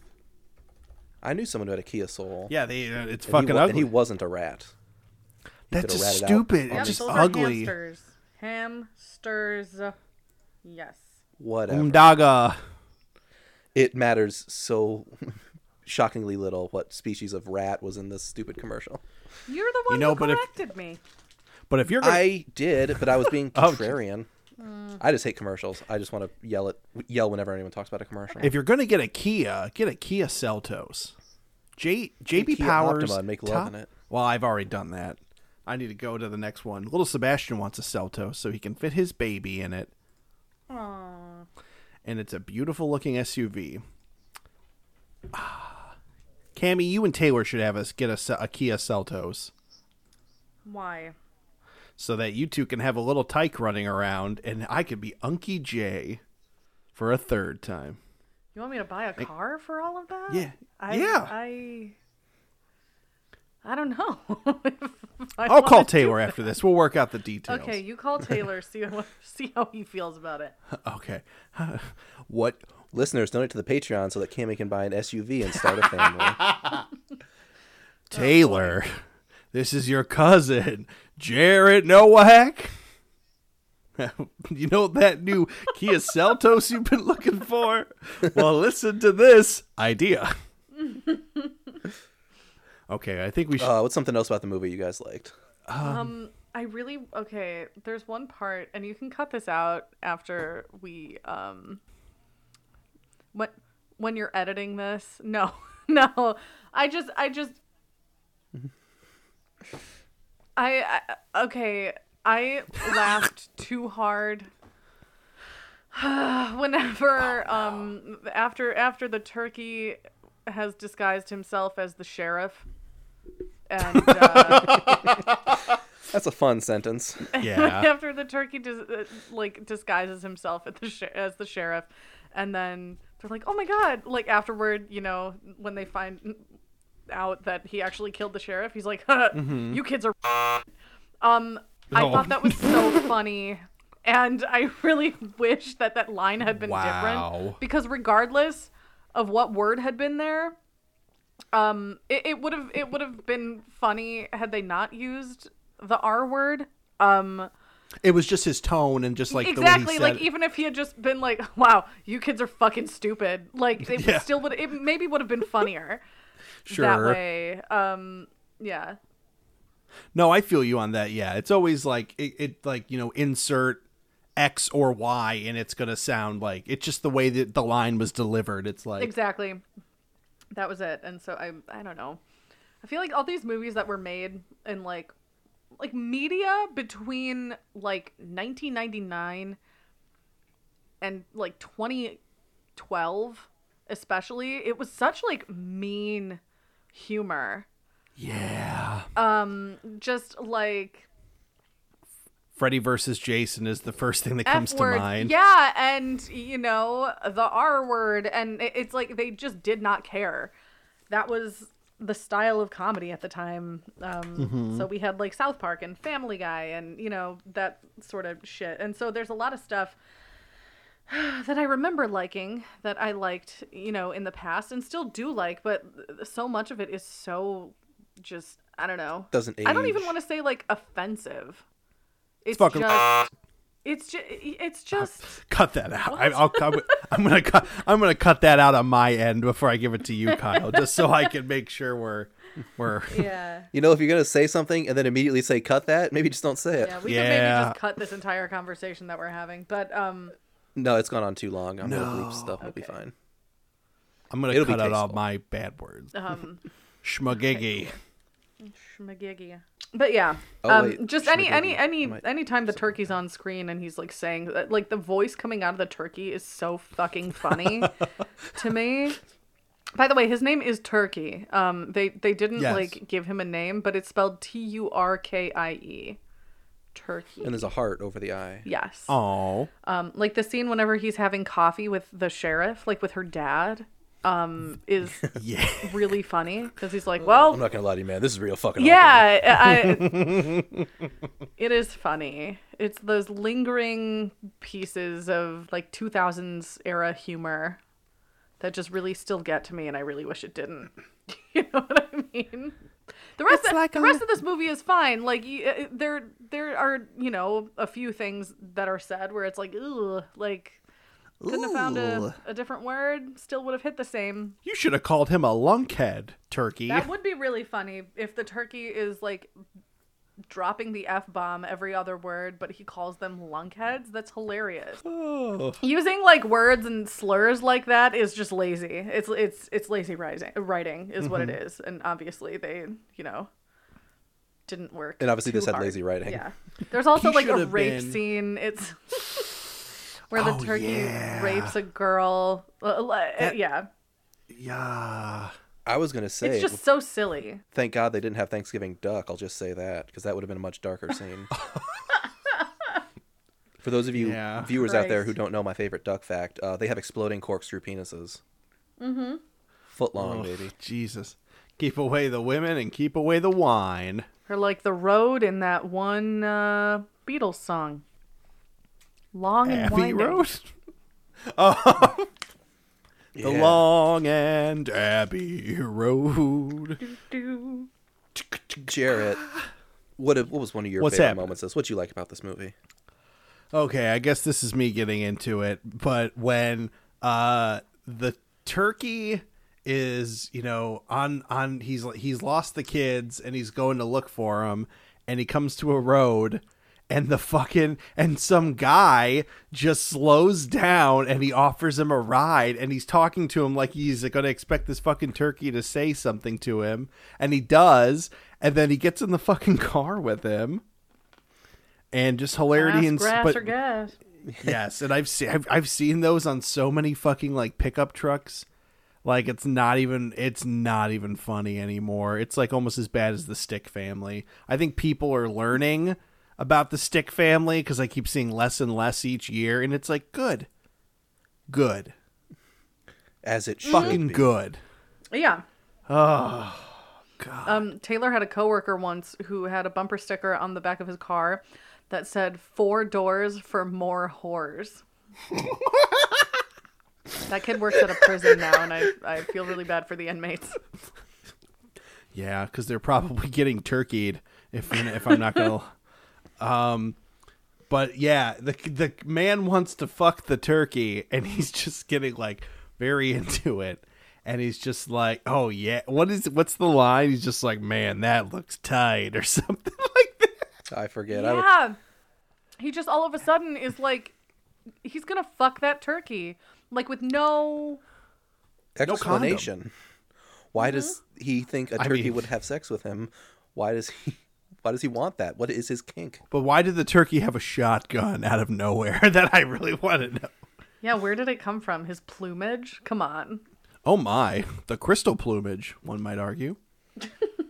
Speaker 5: I knew someone who had a Kia Soul.
Speaker 6: Yeah, they. uh, It's
Speaker 5: and
Speaker 6: fucking
Speaker 5: he, wa- And
Speaker 6: ugly.
Speaker 5: he wasn't a rat.
Speaker 6: That's
Speaker 5: could've
Speaker 6: just
Speaker 5: ratted out
Speaker 6: stupid.
Speaker 5: on
Speaker 6: It's
Speaker 5: the-
Speaker 6: just
Speaker 4: those are
Speaker 6: ugly.
Speaker 4: hamsters. Hamsters. Yes.
Speaker 5: Whatever.
Speaker 6: Mm. Umdaga.
Speaker 5: it matters so *laughs* shockingly little what species of rat was in this stupid commercial.
Speaker 4: You're the one
Speaker 6: know,
Speaker 4: who
Speaker 6: but if-
Speaker 4: corrected me.
Speaker 6: But if you're gonna,
Speaker 5: I did, but I was
Speaker 6: *laughs*
Speaker 5: being
Speaker 6: Oh, geez.
Speaker 5: contrarian. I just hate commercials. I just want to yell at yell whenever anyone talks about a commercial.
Speaker 6: if you're gonna get a Kia, get a Kia Seltos. J JB
Speaker 5: Kia
Speaker 6: Powers.
Speaker 5: Optima and make love
Speaker 6: top-
Speaker 5: in it.
Speaker 6: Well, I've already done that. I need to go to the next one. Little Sebastian wants a Seltos so he can fit his baby in it. And it's a beautiful looking *sighs* SUV. Ah. Cammy, you and Taylor should have us get a, Se- a Kia Seltos
Speaker 4: Why?
Speaker 6: so that you two can have a little tyke running around and I could be Unky J for a third time.
Speaker 4: You want me to buy a car for all of that?
Speaker 6: Yeah.
Speaker 4: I,
Speaker 6: Yeah.
Speaker 4: I. I don't know. *laughs* If I
Speaker 6: I'll call
Speaker 4: wanna do
Speaker 6: Taylor after this. We'll work out the details.
Speaker 4: Okay, you call Taylor. See how *laughs* see how he feels about it.
Speaker 6: Okay. *laughs* what?
Speaker 5: Listeners, donate to the Patreon so that Cammy can buy an SUV and start a
Speaker 6: *laughs*
Speaker 5: family.
Speaker 6: Taylor, this is your cousin, Jared Nowak. *laughs* you know that new Kia Seltos you've been looking for? Well, listen to this idea. *laughs* okay, I think we should.
Speaker 5: uh, what's something else about the movie you guys liked?
Speaker 4: I really okay. There's one part, and you can cut this out after we um. When when you're editing this, *laughs* no, no, I just I just. I, I okay. I laughed too hard. *sighs* Whenever um after after the turkey has disguised himself as the sheriff, and. Uh,
Speaker 5: That's a fun sentence.
Speaker 6: yeah.
Speaker 4: *laughs* after the turkey dis- uh, like disguises himself at the sh- as the sheriff and then they're like oh my god like afterward you know when they find out that he actually killed the sheriff he's like *laughs* huh,
Speaker 6: Mm-hmm.
Speaker 4: you kids are *laughs* um i
Speaker 6: Oh.
Speaker 4: thought that was
Speaker 6: *laughs*
Speaker 4: so funny and i really wish that that line had been
Speaker 6: Wow.
Speaker 4: different because regardless of what word had been there um it, it would have it would have been funny had they not used the r word um
Speaker 6: It was just his tone and just like the way
Speaker 4: exactly
Speaker 6: he said
Speaker 4: like
Speaker 6: it.
Speaker 4: even if he had just been like *laughs* wow you kids are fucking stupid like it
Speaker 6: Yeah.
Speaker 4: still would it maybe would have been
Speaker 6: *laughs*
Speaker 4: funnier that
Speaker 6: sure.
Speaker 4: way um yeah
Speaker 6: No, I feel you on that. Yeah, it's always like it, it like you know insert X or Y, and it's gonna sound like it's just the way that the line was delivered. It's like
Speaker 4: exactly that was it and so i i don't know i feel like all these movies that were made in like like media between like 1999 and like 2012 especially it was such like mean humor
Speaker 6: yeah,
Speaker 4: just like
Speaker 6: Freddy versus Jason is the first thing that comes
Speaker 4: F word.
Speaker 6: to mind.
Speaker 4: Yeah, and you know the R word, and it- it's like they just did not care. That was the style of comedy at the time. Um,
Speaker 6: Mm-hmm.
Speaker 4: So we had like South Park and Family Guy, and you know that sort of shit. And so there's a lot of stuff that I remember liking that I liked, you know, in the past and still do like, but so much of it is so just I don't know.
Speaker 5: Doesn't
Speaker 4: I don't even
Speaker 5: age.
Speaker 4: want to say like offensive. It's
Speaker 6: fucking-
Speaker 4: just it's just it's just
Speaker 6: Cut that out. I, I'll, I'm, I'm gonna cut. I'm gonna cut that out on my end before I give it to you,
Speaker 4: *laughs*
Speaker 6: Kyle, just so I can make sure we're we're
Speaker 4: yeah.
Speaker 5: You know, if you're gonna say something and then immediately say "cut that," maybe just don't say it.
Speaker 4: Yeah, we could maybe
Speaker 6: Yeah.
Speaker 4: just cut this entire conversation that we're having, but um
Speaker 5: No, it's gone on too long. I'm gonna bleep stuff. We'll be fine.
Speaker 6: I'm gonna
Speaker 5: It'll be
Speaker 6: cut out all
Speaker 5: tasteful.
Speaker 6: my bad words. *laughs*
Speaker 4: um
Speaker 6: Schmagiggy.
Speaker 4: Schmagiggy. But yeah,
Speaker 5: Oh,
Speaker 4: um,
Speaker 5: wait,
Speaker 4: just any any
Speaker 5: schmagiggy.
Speaker 4: any
Speaker 5: I might-
Speaker 4: any time the turkey's on screen and he's like saying that, like the voice coming out of the turkey is so fucking funny to me. By the way, his name is Turkey. Um, they they didn't
Speaker 6: Yes.
Speaker 4: like give him a name, but it's spelled T U R K I E, Turkey.
Speaker 5: And there's a heart over the eye.
Speaker 4: yes.
Speaker 6: Oh,
Speaker 4: Um, like the scene whenever he's having coffee with the sheriff, like with her dad, um,
Speaker 5: *laughs*
Speaker 4: is
Speaker 6: yeah.
Speaker 4: really funny because he's like,
Speaker 5: I'm
Speaker 4: well,
Speaker 5: not gonna lie to you, man. This is real fucking. awkward.
Speaker 4: yeah, I, I- it is funny. It's those lingering pieces of like 2000s era humor that just really still get to me, and I really wish it didn't. *laughs* You know what I mean? The rest,
Speaker 6: It's
Speaker 4: of,
Speaker 6: like
Speaker 4: the
Speaker 6: a-
Speaker 4: rest of this movie is fine. Like you, uh, there, there are you know a few things that are said where it's like, ooh, like couldn't have found a, a different word, still would have hit the same.
Speaker 6: You should have called him a lunkhead, Turkey. *laughs*
Speaker 4: That would be really funny if the turkey is like dropping the f bomb every other word, but he calls them lunkheads. That's hilarious. Using like words and slurs like that is just lazy. It's it's it's lazy writing. Writing is what it is, and obviously they you know didn't work.
Speaker 5: And obviously
Speaker 4: too
Speaker 5: this had
Speaker 4: hard.
Speaker 5: lazy writing.
Speaker 4: Yeah, there's also
Speaker 6: He
Speaker 4: like
Speaker 6: should
Speaker 4: a
Speaker 6: have
Speaker 4: rape
Speaker 6: been-
Speaker 4: scene. It's. *laughs* Where the
Speaker 6: Oh,
Speaker 4: turkey
Speaker 6: yeah.
Speaker 4: rapes a girl. Uh, li- yeah.
Speaker 6: Yeah.
Speaker 5: I was gonna say,
Speaker 4: It's just so silly.
Speaker 5: thank God they didn't have Thanksgiving duck. I'll just say that because that would have been a much
Speaker 4: *laughs*
Speaker 5: darker scene. For those of you
Speaker 6: Yeah.
Speaker 5: viewers out there who
Speaker 4: Christ.
Speaker 5: don't know my favorite duck fact, uh, they have exploding corkscrew penises. Mm-hmm. Foot long, baby.
Speaker 6: *sighs* Jesus. Keep away the women and keep away the wine.
Speaker 4: Or like the road in that one uh, Beatles song. Long
Speaker 6: *laughs*
Speaker 4: and
Speaker 6: Abbey
Speaker 4: winding.
Speaker 6: Road. The
Speaker 5: Yeah.
Speaker 6: long and Abbey Road.
Speaker 4: Do.
Speaker 5: Jarrett, what what was one of your
Speaker 6: What's
Speaker 5: favorite
Speaker 6: happening?
Speaker 5: moments? This what you like about this movie?
Speaker 6: Okay, I guess this is me getting into it, but when uh the turkey is, you know, on on he's he's lost the kids and he's going to look for them and he comes to a road and the fucking and some guy just slows down and he offers him a ride and he's talking to him like he's going to expect this fucking turkey to say something to him and he does and then he gets in the fucking *laughs* car with him and just hilarity
Speaker 4: Ask
Speaker 6: and
Speaker 4: grass
Speaker 6: but-
Speaker 4: or gas.
Speaker 6: yes, and I've seen I've, I've seen those on so many fucking like pickup trucks. Like it's not even it's not even funny anymore. It's like almost as bad as the Stick Family. I think people are learning about the Stick Family because I keep seeing less and less each year, and it's like good, good,
Speaker 5: As it should
Speaker 4: Mm-hmm.
Speaker 6: fucking
Speaker 5: be.
Speaker 6: good.
Speaker 4: Yeah. Oh god. Um Taylor had a coworker once who had a bumper sticker on the back of his car that said four doors for more whores. that kid works at a prison now and I, I feel really bad for the inmates.
Speaker 6: Yeah, because they're probably *laughs* getting turkeyed if if I'm not gonna. um, *laughs* but yeah, the the man wants to fuck the turkey, and he's just getting like very *laughs* into it, and he's just like, oh yeah, what is what's the line? He's just like, man, that looks tight *laughs* or something like that.
Speaker 5: I forget. I would,
Speaker 4: Yeah. He just all of a sudden is like, he's gonna fuck that turkey, like with no.
Speaker 5: explanation. why does he think a
Speaker 6: I
Speaker 5: turkey
Speaker 6: mean-
Speaker 5: would have sex with him? Why does he? Why does he want that? What is his kink?
Speaker 6: But why did the turkey have a shotgun out of nowhere? *laughs* that I really want to know.
Speaker 4: Yeah, where did it come from? His plumage? Come on.
Speaker 6: Oh my, the crystal plumage, one might argue.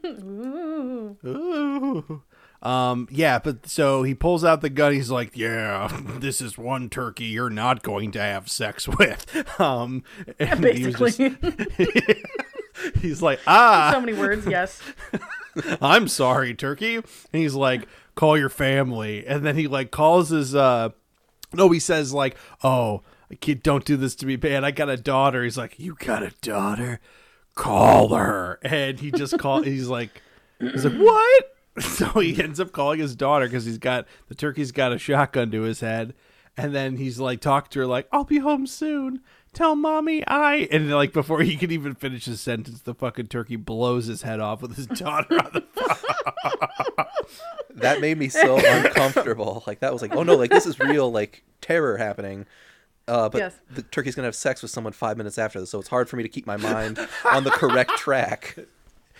Speaker 6: Ooh. Um, yeah, but so he pulls out the gun. He's like, "Yeah, *laughs* this is one turkey you're not going to have sex with." *laughs* Um, and *laughs* he was
Speaker 4: Basically,
Speaker 6: just- *laughs* he's like, "Ah,
Speaker 4: *laughs* so many words. Yes. *laughs*
Speaker 6: I'm sorry, Turkey. And he's like, call your family. And then he like calls his uh no, he says like, oh, kid, don't do this to me, man. I got a daughter. He's like, you got a daughter? Call her. And he just call. He's like, he's like, what? *laughs* So he ends up calling his daughter because he's got the turkey's got a shotgun to his head, and then he's like, talk to her like, I'll be home soon. Tell mommy I. And like before he can even finish his sentence, the fucking turkey blows his head off with his *laughs* daughter on the
Speaker 5: That made me so uncomfortable. Like that was like, oh no, like this is real, like terror happening. Uh, but
Speaker 4: Yes.
Speaker 5: the turkey's gonna have sex with someone five minutes after this, so it's hard for me to keep my mind on the correct track.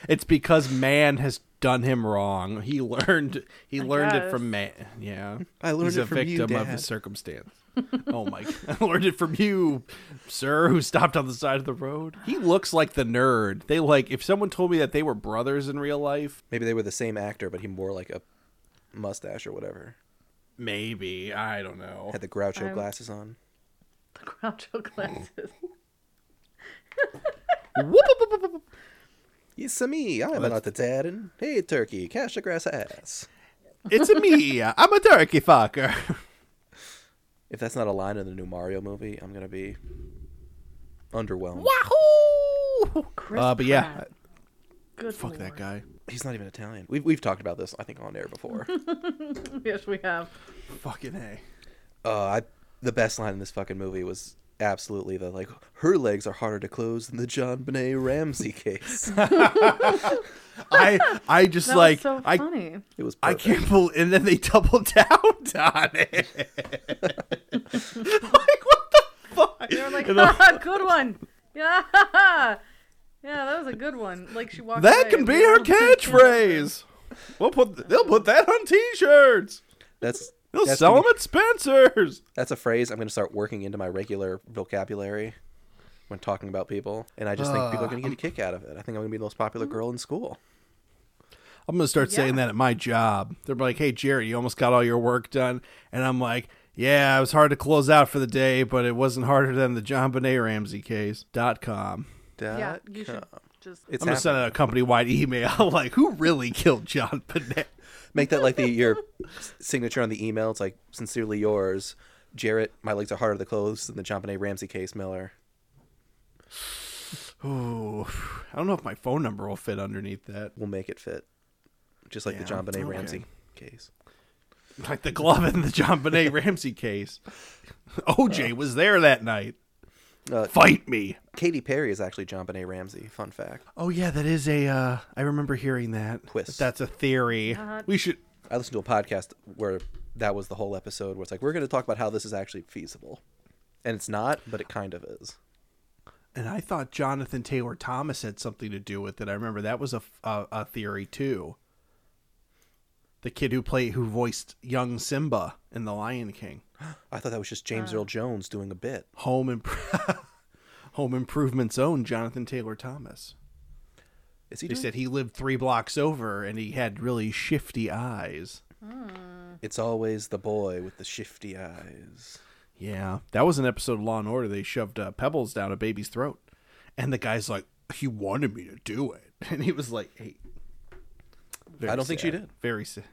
Speaker 6: It's because man has done him wrong. He learned he learned it from man. Yeah,
Speaker 5: I learned
Speaker 6: He's
Speaker 5: it
Speaker 6: a
Speaker 5: from you,
Speaker 6: victim of
Speaker 5: Dad.
Speaker 6: his circumstance. oh my! *laughs* I learned it from you, sir, who stopped on the side of the road. He looks like the nerd. They like if someone told me that they were brothers in real life,
Speaker 5: Maybe they were the same actor, but he wore like a mustache or whatever.
Speaker 6: maybe I don't know.
Speaker 5: Had the Groucho glasses on.
Speaker 4: The Groucho glasses.
Speaker 5: Yes, me. I'm not the dad, and hey, turkey, cash the grass ass.
Speaker 6: It's a me. I'm a turkey fucker.
Speaker 5: If that's not a line in the new Mario movie, I'm gonna be underwhelmed.
Speaker 6: Wahoo!
Speaker 4: Chris
Speaker 6: Uh, but yeah,
Speaker 4: Pratt. Good
Speaker 6: fuck that guy.
Speaker 5: He's not even Italian. We've we've talked about this, I think, on air
Speaker 4: *laughs*
Speaker 5: before.
Speaker 4: Yes, we have.
Speaker 6: Fucking a.
Speaker 5: uh, I, the best line in this fucking movie was absolutely the like her legs are harder to close than the John Benet Ramsey
Speaker 4: *laughs*
Speaker 5: case.
Speaker 6: I I just
Speaker 4: That
Speaker 6: like
Speaker 4: was so
Speaker 6: I *laughs*
Speaker 4: funny.
Speaker 5: It was. Perfect.
Speaker 6: I can't believe, and then they *laughs* double down on it. *laughs* like what the fuck?
Speaker 4: They're like,
Speaker 6: And I'm-
Speaker 4: "Ha, *laughs* good one. Yeah, *laughs* yeah, that was a good one. Like she walked.
Speaker 6: that
Speaker 4: away
Speaker 6: can
Speaker 4: and
Speaker 6: be
Speaker 4: we
Speaker 6: our
Speaker 4: all-
Speaker 6: catchphrase. We'll put they'll put that on T-shirts.
Speaker 5: That's
Speaker 6: They'll
Speaker 5: that's
Speaker 6: sell
Speaker 5: gonna
Speaker 6: them
Speaker 5: be-
Speaker 6: at Spencer's.
Speaker 5: That's a phrase I'm gonna start working into my regular vocabulary when talking about people, and I just think people are gonna get a kick out of it. I think I'm gonna be the most
Speaker 4: Mm.
Speaker 5: popular girl in school.
Speaker 6: I'm gonna start saying
Speaker 4: Yeah.
Speaker 6: that at my job. They're like, "Hey Jerry, you almost got all your work done," and I'm like, "Yeah, it was hard to close out for the day, but it wasn't harder than the John Benet Ramsey case." Dot com.
Speaker 4: Yeah,
Speaker 5: Dot
Speaker 4: you should
Speaker 5: com.
Speaker 4: just.
Speaker 5: It's
Speaker 6: I'm gonna
Speaker 5: happening.
Speaker 6: send out a company wide *laughs* email like, "Who really killed John Benet?"
Speaker 5: Make that like the your s- signature on the email. It's like sincerely yours, Jarrett. My legs are harder to close than the John Benet Ramsey case, Miller.
Speaker 6: Ooh, I don't know if my phone number will fit underneath that.
Speaker 5: We'll make it fit, just like the
Speaker 6: Yeah,
Speaker 5: John Benet
Speaker 6: okay.
Speaker 5: Ramsey case.
Speaker 6: *laughs* Like the glove in the John *laughs* Benet Ramsey case. OJ was there that night.
Speaker 5: Uh,
Speaker 6: Fight me.
Speaker 5: Katy Perry is actually John Benet Ramsey. Fun fact.
Speaker 6: Oh yeah, that is a. Uh, I remember hearing that.
Speaker 5: Twist.
Speaker 6: That's a theory. we should.
Speaker 5: I listened to a podcast where that was the whole episode where it's like we're going to talk about how this is actually feasible, and it's not, but it kind of is.
Speaker 6: And I thought Jonathan Taylor Thomas had something to do with it. I remember that was a a, a theory too. The kid who played who voiced young Simba in The Lion King.
Speaker 5: I thought that was just James Earl Jones doing a bit.
Speaker 6: Home imp- *laughs* Home Improvement's own Jonathan Taylor Thomas.
Speaker 5: Is he?
Speaker 6: They
Speaker 5: Doing...
Speaker 6: said he lived three blocks over and he had really shifty eyes.
Speaker 5: It's always the boy with the shifty eyes.
Speaker 6: Yeah, that was an episode of Law and Order. They shoved uh, pebbles down a baby's throat, and the guy's like, "He wanted me to do it," *laughs* and he was like, "Hey, Very
Speaker 5: I don't think she
Speaker 6: sad.
Speaker 5: did.
Speaker 6: Very sad."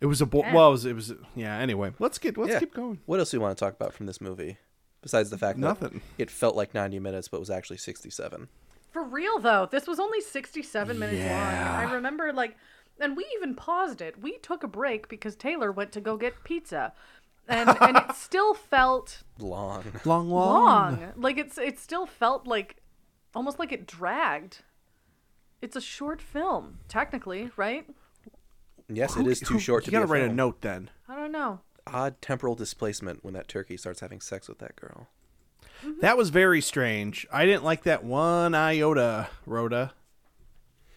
Speaker 6: It was a bo- well, it was, it was yeah. Anyway, let's get let's
Speaker 5: Yeah.
Speaker 6: keep going.
Speaker 5: What else do we want to talk about from this movie? Besides the fact that
Speaker 6: Nothing.
Speaker 5: it felt like 90 minutes, but was actually 67.
Speaker 4: For real though, this was only 67 minutes long.
Speaker 6: Yeah.
Speaker 4: I remember like and we even paused it. We took a break because Taylor went to go get pizza. And and it still felt
Speaker 6: *laughs*
Speaker 5: Long.
Speaker 6: Long, long,
Speaker 4: long. Like it's it still felt like almost like it dragged. It's a short film, technically, right?
Speaker 5: Yes, it is too
Speaker 6: Who-
Speaker 5: short to
Speaker 6: You
Speaker 5: be.
Speaker 6: gotta
Speaker 5: a
Speaker 6: write a
Speaker 5: film.
Speaker 6: note then.
Speaker 4: I don't know.
Speaker 5: Odd temporal displacement when that turkey starts having sex with that girl.
Speaker 6: That was very strange. I didn't like that one iota, Rhoda.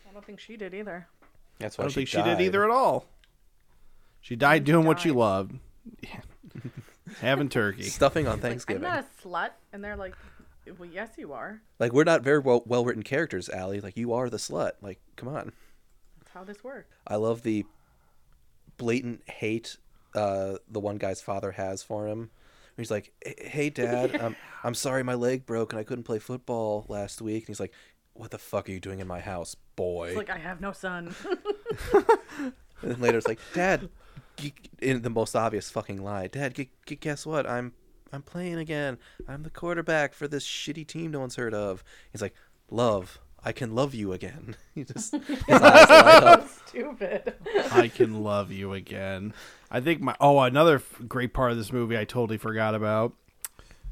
Speaker 4: I don't think she did either.
Speaker 5: That's why
Speaker 6: I don't
Speaker 5: Oh, she
Speaker 6: think she
Speaker 5: died.
Speaker 6: did either at all. She died doing what she
Speaker 4: died.
Speaker 6: loved, *laughs*
Speaker 5: *laughs*
Speaker 6: having turkey.
Speaker 5: Stuffing on
Speaker 4: I'm
Speaker 5: Thanksgiving.
Speaker 4: not a slut and they're like, "Well, yes you are."
Speaker 5: Like we're not very well well written characters, Allie. Like you are the slut. Like come on.
Speaker 4: That's how this works.
Speaker 5: I love the blatant hate uh, the one guy's father has for him. He's like, "H- "Hey,
Speaker 4: *laughs*
Speaker 5: Dad, um, I'm sorry my leg broke and I couldn't play football last week." And he's like, "What the fuck are you doing in my house, boy?"
Speaker 4: It's like I have no son.
Speaker 5: *laughs*
Speaker 4: *laughs*
Speaker 5: And then later it's like, "Dad," g- in the most obvious fucking lie, "Dad, g- g- guess what? I'm I'm playing again. I'm the quarterback for this shitty team no one's heard of." He's like, "Love, I can love you again." *laughs* He just his eyes light up.
Speaker 4: Stupid.
Speaker 6: I can love you again. I think my oh another f- great part of this movie I totally forgot about.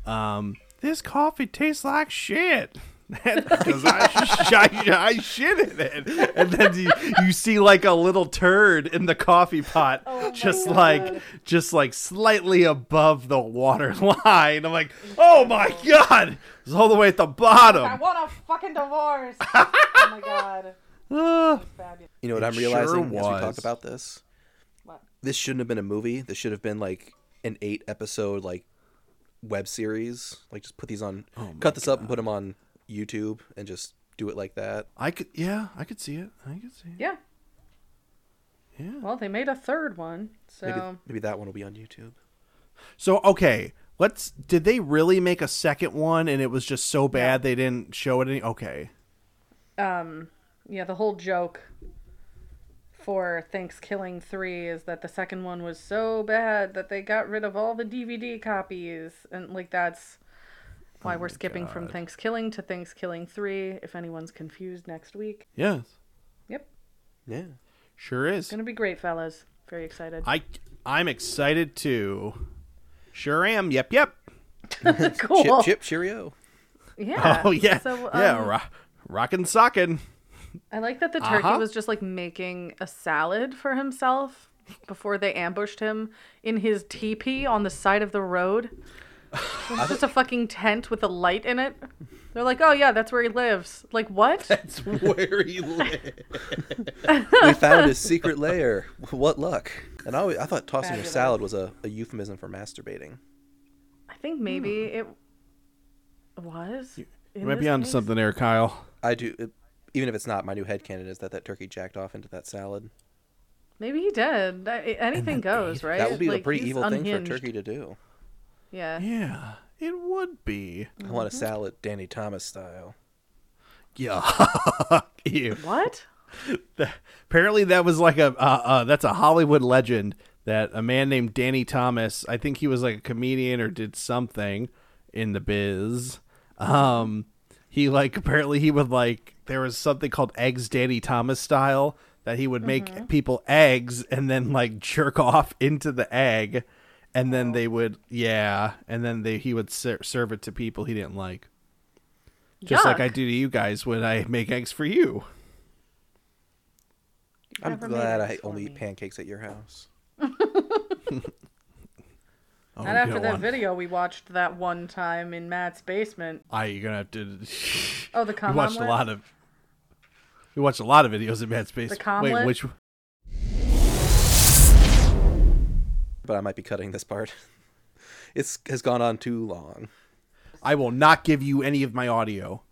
Speaker 6: Um, this coffee tastes like shit. *laughs* Because I, sh- I, I shit in it, and then you, you see like a little turd in the coffee pot, just like just like slightly above the water line. I'm like, oh my god, it's all the way at the
Speaker 5: *laughs*
Speaker 6: bottom.
Speaker 4: want a fucking divorce. oh my god.
Speaker 6: Uh,
Speaker 5: You know what
Speaker 6: It
Speaker 5: I'm
Speaker 6: sure
Speaker 5: realizing as we
Speaker 6: was.
Speaker 5: talk about this?
Speaker 4: What?
Speaker 5: This shouldn't have been a movie. This should have been like an eight episode like web series. Like just put these on,
Speaker 6: Oh
Speaker 5: cut this up and put them on YouTube and just do it like that.
Speaker 6: I could, yeah, I could see it. I could see it.
Speaker 4: Yeah.
Speaker 6: Yeah.
Speaker 4: Well, they made a third one, so
Speaker 5: Maybe maybe that one will be on YouTube.
Speaker 6: So okay, let's. Did they really make a second one, and it was just so bad they didn't show it any? Okay,
Speaker 4: yeah, the whole joke for Thanksgiving 3 is that the second one was so bad that they got rid of all the DVD copies and like that's
Speaker 5: Oh
Speaker 4: why we're skipping from Thanksgiving to Thanksgiving 3 if anyone's confused next week.
Speaker 6: yes,
Speaker 4: Yep.
Speaker 5: Yeah.
Speaker 6: sure is.
Speaker 4: Going to be great, fellas. Very excited.
Speaker 6: I I'm excited too. Sure am. Yep, yep.
Speaker 4: *laughs* cool.
Speaker 5: Chip chip cheerio.
Speaker 4: Yeah.
Speaker 6: oh yeah,
Speaker 4: So,
Speaker 6: yeah.
Speaker 4: um,
Speaker 6: Ro- rockin' sockin'.
Speaker 4: I like that the turkey
Speaker 6: Uh-huh.
Speaker 4: was just like making a salad for himself before they ambushed him in his teepee on the side of the road. It's just a fucking tent with a light in it. They're like, oh yeah, that's where he lives. Like what?
Speaker 6: That's where he lives.
Speaker 5: we found his secret lair. *laughs* What luck! And I, always, I thought tossing your
Speaker 4: Fabulous.
Speaker 5: salad was a, a euphemism for masturbating.
Speaker 4: I think maybe it was.
Speaker 6: Hmm. You might be onto something there, Kyle.
Speaker 5: I do, it, even if it's not. My new headcanon is that that turkey jacked off into that salad.
Speaker 4: Maybe he did. I- Anything goes, right?
Speaker 5: That would be
Speaker 4: Like,
Speaker 5: a pretty
Speaker 4: he's
Speaker 5: evil thing for a
Speaker 4: unhinged.
Speaker 5: turkey to do.
Speaker 4: Yeah.
Speaker 6: Yeah, it would be.
Speaker 5: I want a
Speaker 4: Mm-hmm.
Speaker 5: salad, Danny Thomas style.
Speaker 6: *laughs* Yeah. *laughs* Ew.
Speaker 4: What?
Speaker 6: *laughs* Apparently, that was like a uh, uh, that's a Hollywood legend that a man named Danny Thomas. I think he was like a comedian or did something in the biz. Um, he like apparently he would like there was something called eggs Danny Thomas style that he would make
Speaker 4: Mm-hmm.
Speaker 6: people eggs and then like *laughs* jerk off into the egg, and
Speaker 4: Oh.
Speaker 6: then they would yeah, and then they he would ser- serve it to people he didn't like, just like I
Speaker 4: Yuck.
Speaker 6: do to you guys when I make eggs for you.
Speaker 5: I'm
Speaker 4: Never made
Speaker 5: glad
Speaker 4: eggs
Speaker 5: I
Speaker 4: for
Speaker 5: only eat
Speaker 4: me.
Speaker 5: pancakes at your house.
Speaker 6: Oh,
Speaker 4: Not
Speaker 6: you
Speaker 4: after
Speaker 6: don't
Speaker 4: that
Speaker 6: want-
Speaker 4: video we watched that one time in Matt's basement.
Speaker 6: I you're gonna have to. *laughs*
Speaker 4: Oh, the
Speaker 6: we
Speaker 4: cum
Speaker 6: watched a
Speaker 4: omelet?
Speaker 6: lot of. We watched a lot of videos in Mad Space.
Speaker 4: The cum
Speaker 6: Wait,
Speaker 4: omelet?
Speaker 6: which?
Speaker 5: But I might be cutting this part. *laughs* It's has gone on too long.
Speaker 6: I will not give you any of my audio.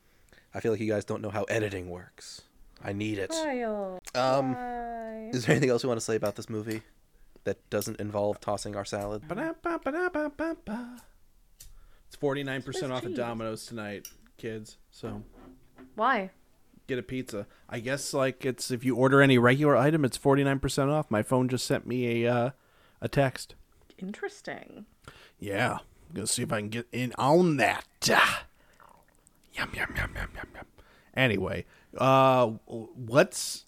Speaker 5: I feel like you guys don't know how editing works. I need it.
Speaker 4: Kyle.
Speaker 5: Um,
Speaker 4: Bye.
Speaker 5: is there anything else we want to say about this movie that doesn't involve tossing our salad?
Speaker 6: Ba-da-ba-ba-da-ba-ba-ba. It's forty nine percent off of
Speaker 4: cheese.
Speaker 6: Domino's tonight, kids. So
Speaker 4: Why?
Speaker 6: get a pizza. I guess like it's if you order any regular item, it's forty nine percent off. My phone just sent me a uh, a text.
Speaker 4: Interesting.
Speaker 6: Yeah, I'm gonna see if I can get in on that. Ah. Yum yum yum yum yum yum. Anyway, uh, w- let's.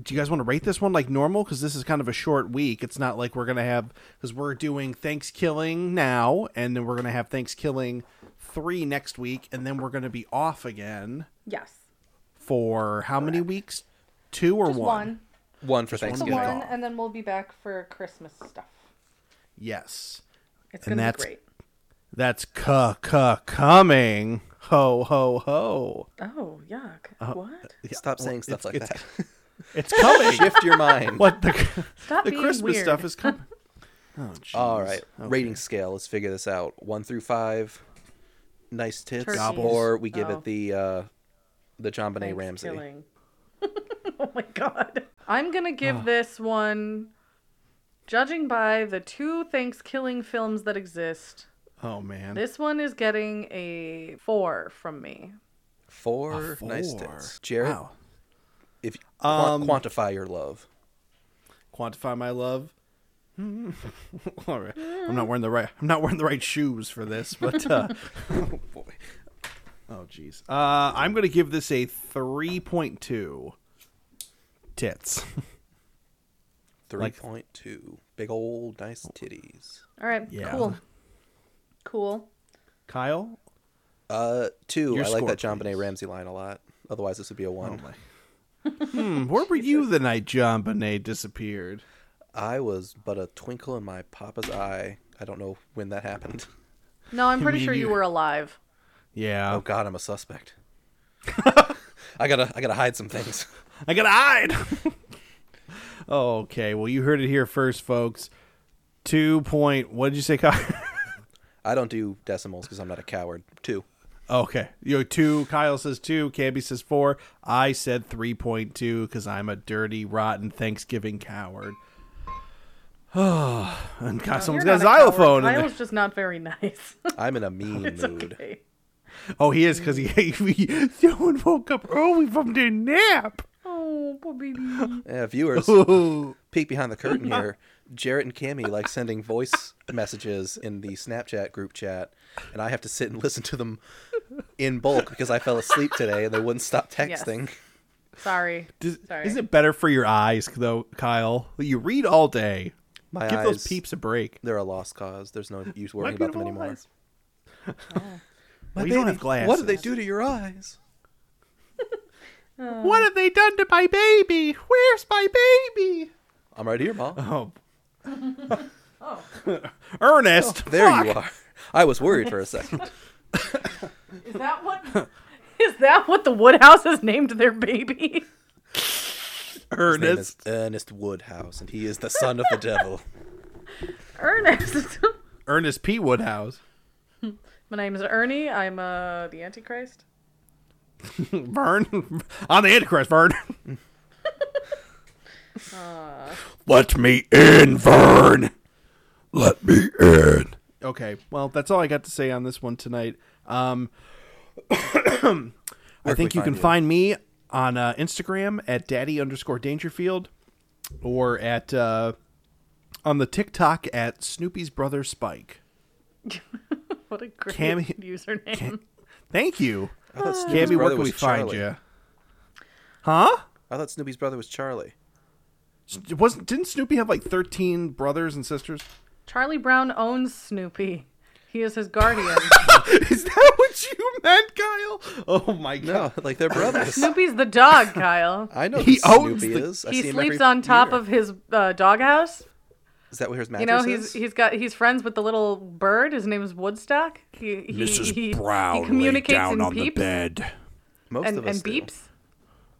Speaker 6: Do you guys want to rate this one like normal? Because this is kind of a short week. It's not like we're gonna have because we're doing Thanksgiving now, and then we're gonna have Thanksgiving three next week, and then we're gonna be off again
Speaker 4: Yes.
Speaker 6: for how many weeks? Two or
Speaker 4: Just
Speaker 6: one?
Speaker 4: one.
Speaker 5: One for
Speaker 4: Just the
Speaker 5: Thanksgiving.
Speaker 4: one, and then we'll be back for Christmas stuff.
Speaker 6: Yes.
Speaker 4: It's gonna
Speaker 6: And
Speaker 4: be
Speaker 6: that's-
Speaker 4: great.
Speaker 6: That's c- c- coming. Ho ho ho.
Speaker 4: Oh, yuck.
Speaker 6: Uh, *laughs*
Speaker 4: what?
Speaker 5: *laughs* Stop saying stuff like
Speaker 6: it's- *laughs*
Speaker 5: that.
Speaker 6: It's coming.
Speaker 5: Shift your mind.
Speaker 6: What
Speaker 4: *laughs*
Speaker 6: the?
Speaker 4: Stop
Speaker 6: the
Speaker 4: being
Speaker 6: Christmas
Speaker 4: weird.
Speaker 6: stuff
Speaker 4: *laughs*
Speaker 6: is coming. Oh, jeez.
Speaker 5: All right, rating scale. Let's figure this out. One through five. Nice tits.
Speaker 4: Turkeys.
Speaker 5: Or we give
Speaker 4: Oh.
Speaker 5: it the uh, the John Benet Ramsey.
Speaker 4: Thanksgiving. *laughs* oh my god. I'm gonna
Speaker 6: Ah.
Speaker 4: give this one judging by the two Thanksgiving films that exist,
Speaker 6: Oh man.
Speaker 4: this one is getting a four from me.
Speaker 5: Four,
Speaker 6: Four.
Speaker 5: nice tits. Jared,
Speaker 6: Wow.
Speaker 5: if quan-
Speaker 6: Um,
Speaker 5: quantify your love.
Speaker 6: Quantify my love. *laughs* All right. I'm not wearing the right. I'm not wearing the right shoes for this, but.
Speaker 5: *laughs*
Speaker 6: Uh, oh boy. Oh jeez. Uh, I'm gonna give this a three point two. Tits. *laughs*
Speaker 5: Three point two. Big old nice titties.
Speaker 4: All right,
Speaker 6: Yeah.
Speaker 4: cool. Cool.
Speaker 6: Kyle.
Speaker 5: Uh, two.
Speaker 6: Your
Speaker 5: I like
Speaker 6: score,
Speaker 5: that John Benet
Speaker 6: please. Oh,
Speaker 5: Ramsey line a lot. Otherwise, this would be a one. Mm.
Speaker 6: Hmm, where were you the night John Bonet disappeared?
Speaker 5: I was but a twinkle in my papa's eye. I don't know when that happened.
Speaker 4: No,
Speaker 6: *laughs*
Speaker 4: I'm pretty sure you
Speaker 6: you-
Speaker 4: were alive.
Speaker 6: Yeah.
Speaker 5: *laughs* Oh God, I'm a suspect. I gotta, I gotta hide some things.
Speaker 6: I gotta hide. *laughs* okay, well you heard it here first, folks. Two point. What did you say, Kyle? *laughs*
Speaker 5: I don't do decimals because I'm not a coward. Two.
Speaker 6: okay, you know, two. Kyle says two. Camby says four. I said three point two because I'm a dirty, rotten Thanksgiving coward. *sighs* and God, someone's
Speaker 4: You're
Speaker 6: got a
Speaker 4: not coward.
Speaker 6: xylophone in there.
Speaker 4: Kyle's just not very *laughs* nice.
Speaker 5: I'm in a
Speaker 6: *laughs*
Speaker 5: mean
Speaker 4: it's
Speaker 5: mood.
Speaker 4: okay.
Speaker 6: Oh, he is because he, *laughs* he. Someone woke up early from their nap.
Speaker 4: Oh, poor baby.
Speaker 5: Yeah, viewers, *laughs* peek behind the curtain here. Jarrett and Cammy like sending voice messages in the Snapchat group chat, and I have to sit and listen to them in bulk because I fell asleep today and they wouldn't stop texting.
Speaker 4: Sorry.
Speaker 6: Does,
Speaker 4: Sorry.
Speaker 6: is it better for your eyes though, Kyle? You read all day.
Speaker 5: My
Speaker 6: Give
Speaker 5: eyes-
Speaker 6: those peeps a break.
Speaker 5: They're a lost cause. There's no use worrying about them anymore.
Speaker 6: *laughs* Well, you don't have glasses.
Speaker 5: What did they do to your eyes?
Speaker 6: What have they done to my baby? Where's my baby?
Speaker 5: I'm right here, Mom.
Speaker 6: Oh. *laughs* Ernest.
Speaker 5: There
Speaker 6: Oh, fuck.
Speaker 5: you are. I was worried for a second.
Speaker 4: Is that what? *laughs* Is that what the Woodhouse has named their baby? *laughs*
Speaker 5: His name is
Speaker 6: *laughs* Ernest.
Speaker 5: Ernest Woodhouse, and he is the son of the devil.
Speaker 4: Ernest. *laughs*
Speaker 6: Ernest P. Woodhouse.
Speaker 4: My name is Ernie. I'm uh, the Antichrist.
Speaker 6: Vern. *laughs* On the Antichrist, Vern. Let me in, Vern. Let me in. Okay, well, that's all I got to say on this one tonight.
Speaker 5: *coughs*
Speaker 6: Um, I think
Speaker 5: we
Speaker 6: you can
Speaker 5: find you?
Speaker 6: find me on uh, Instagram at daddy underscore Dangerfield or at uh, on the TikTok at Snoopy's brother Spike.
Speaker 4: What a great
Speaker 6: Cammy-
Speaker 4: username.
Speaker 6: Thank you.
Speaker 5: I thought Snoopy's
Speaker 6: Gabby, where
Speaker 5: brother
Speaker 6: Uh, can
Speaker 5: was
Speaker 6: we find
Speaker 5: Charlie.
Speaker 6: you? Huh?
Speaker 5: I thought Snoopy's brother was Charlie.
Speaker 6: S- Wasn't didn't Snoopy have like thirteen brothers and sisters?
Speaker 4: Charlie Brown owns Snoopy. He is his guardian.
Speaker 6: *laughs*
Speaker 4: *laughs*
Speaker 6: Is that what you meant, Kyle? Oh my
Speaker 5: No,
Speaker 6: god!
Speaker 5: *laughs* like they're
Speaker 6: *laughs*
Speaker 5: brothers.
Speaker 4: Snoopy's the dog, Kyle.
Speaker 5: I know
Speaker 6: He
Speaker 5: who
Speaker 6: owns
Speaker 5: Snoopy
Speaker 6: the-
Speaker 5: is. I
Speaker 4: He
Speaker 5: see him
Speaker 4: sleeps
Speaker 5: every
Speaker 4: on top
Speaker 5: year.
Speaker 4: of his uh, doghouse.
Speaker 5: Is that where his mattress
Speaker 4: You know,
Speaker 5: is?
Speaker 4: he's he's got he's friends with the little bird. His name is Woodstock. He, he, he, he communicates in peeps
Speaker 6: bed.
Speaker 5: Most
Speaker 4: and,
Speaker 5: of us
Speaker 4: and
Speaker 5: do.
Speaker 4: beeps,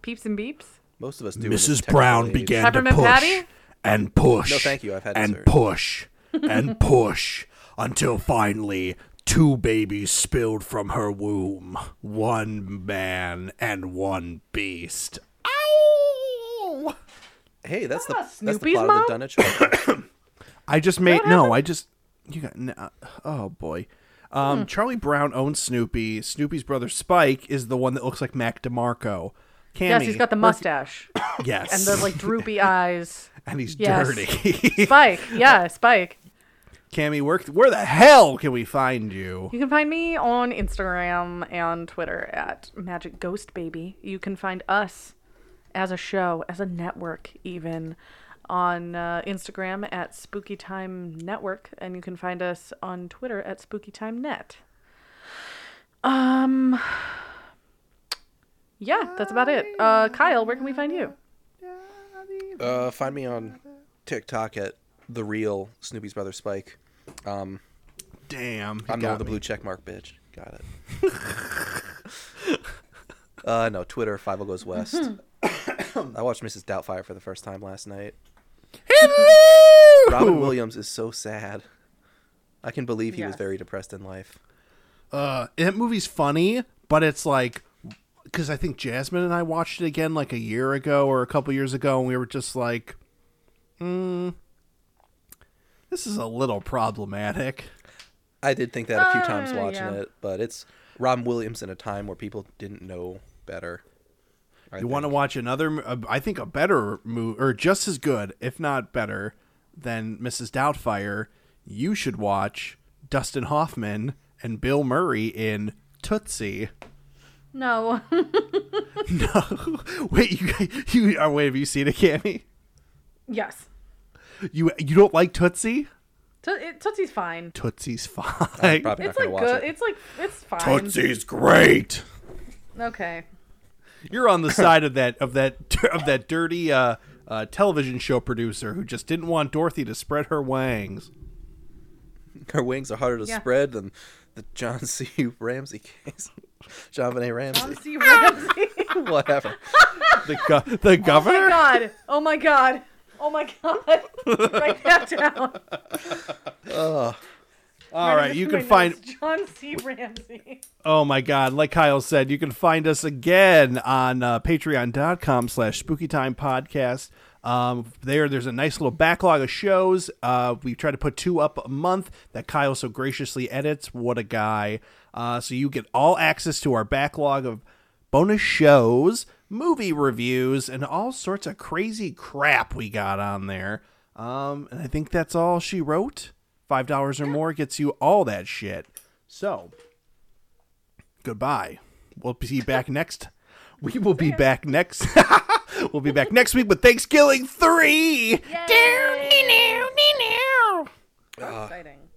Speaker 4: peeps and beeps.
Speaker 5: Most of us do. technically.
Speaker 4: Peppermint patty?
Speaker 6: and push.
Speaker 5: No, thank you, I've had dessert.
Speaker 6: *laughs* push and push until finally two babies spilled from her womb. One man and one beast. Ow!
Speaker 5: Hey, that's the that's the
Speaker 4: Ah, Snoopy's
Speaker 5: plot of the
Speaker 4: mom? *laughs*
Speaker 5: Dunwich. Horror.
Speaker 6: I just made no. I just you got n- uh, oh boy.
Speaker 4: Hmm.
Speaker 6: Um, Charlie Brown owns Snoopy. Snoopy's brother Spike is the one that looks like Mac DeMarco. Cammy,
Speaker 4: Yes, he's got the
Speaker 5: *coughs*
Speaker 6: where-
Speaker 4: mustache
Speaker 6: yes,
Speaker 4: and the like droopy eyes.
Speaker 6: *laughs* and he's
Speaker 4: Yes.
Speaker 6: dirty. *laughs*
Speaker 4: Spike, yeah, Spike.
Speaker 6: Cammy, where where the hell can we find you?
Speaker 4: You can find me on Instagram and Twitter at Magic Ghost Baby. You can find us as a show, as a network, even on uh, Instagram at Spooky Time Network, and you can find us on Twitter at Spooky Time Net. Um, yeah, that's about it. Uh, Kyle, where can we find you?
Speaker 5: uh, find me on TikTok at the real Snoopy's brother Spike.
Speaker 6: Damn, he
Speaker 5: I'm the
Speaker 6: got
Speaker 5: one with the
Speaker 6: me.
Speaker 5: blue check mark, bitch. Got it.
Speaker 6: *laughs*
Speaker 5: uh, no, Twitter. Five goes west.
Speaker 4: *coughs*
Speaker 5: *coughs* I watched Mrs. Doubtfire for the first time last night.
Speaker 6: Hello!
Speaker 5: Robin Williams is so sad. I can believe he was
Speaker 4: Yes.
Speaker 5: very depressed in life.
Speaker 6: that movie's funny, but it's like because I think Jasmine and I watched it again like a year ago or a couple years ago, and we were just like, mm, "This is a little problematic."
Speaker 5: I did think that a few times
Speaker 4: Ah,
Speaker 5: watching
Speaker 4: yeah.
Speaker 5: it, but it's Robin Williams in a time where people didn't know better. I
Speaker 6: You want to
Speaker 5: think.
Speaker 6: watch another? m- uh, I think a better movie, or just as good, if not better, than Mrs. Doubtfire. You should watch Dustin Hoffman and Bill Murray in Tootsie. *laughs*
Speaker 4: No, *laughs*
Speaker 6: No, wait, you *laughs* you oh, wait. Have you seen it, Cammy?
Speaker 4: yes,
Speaker 6: You you don't like Tootsie?
Speaker 4: T- it, Tootsie's fine.
Speaker 6: Tootsie's
Speaker 5: Probably
Speaker 6: fine. *laughs*
Speaker 4: It's
Speaker 5: not
Speaker 4: like
Speaker 5: gonna watch
Speaker 4: good.
Speaker 5: it.
Speaker 4: It's like it's fine.
Speaker 6: great.
Speaker 4: Okay.
Speaker 5: *laughs*
Speaker 6: You're on the side of that of that *laughs* of that dirty uh, uh, television show producer who just didn't want Dorothy to spread her wangs.
Speaker 5: *laughs* her wings are harder to
Speaker 4: Yeah.
Speaker 5: spread than the John C. *laughs* Ramsey case. John Benet Ramsey.
Speaker 4: See Ramsey.
Speaker 5: *laughs*
Speaker 4: *laughs*
Speaker 5: what happened?
Speaker 6: The, go- the
Speaker 4: Oh my
Speaker 6: governor?
Speaker 4: god. Oh my god. Oh my god. *laughs* Write that down.
Speaker 6: All right, you can find
Speaker 4: John C. Ramsey.
Speaker 6: Oh my God! Like Kyle said, you can find us again on uh, patreon.com slash spooky time podcast. Um, there, there's a nice little backlog of shows. Uh, we try to put two up a month that Kyle so graciously edits. What a guy. Uh, so you get all access to our backlog of bonus shows, movie reviews, and all sorts of crazy crap we got on there. Um, and I think that's all she wrote. $5 or more gets you all that shit. So goodbye. We'll *laughs* be back next. We will be back next. *laughs* we'll be back next week with Thanksgiving three. Uh.
Speaker 4: Exciting.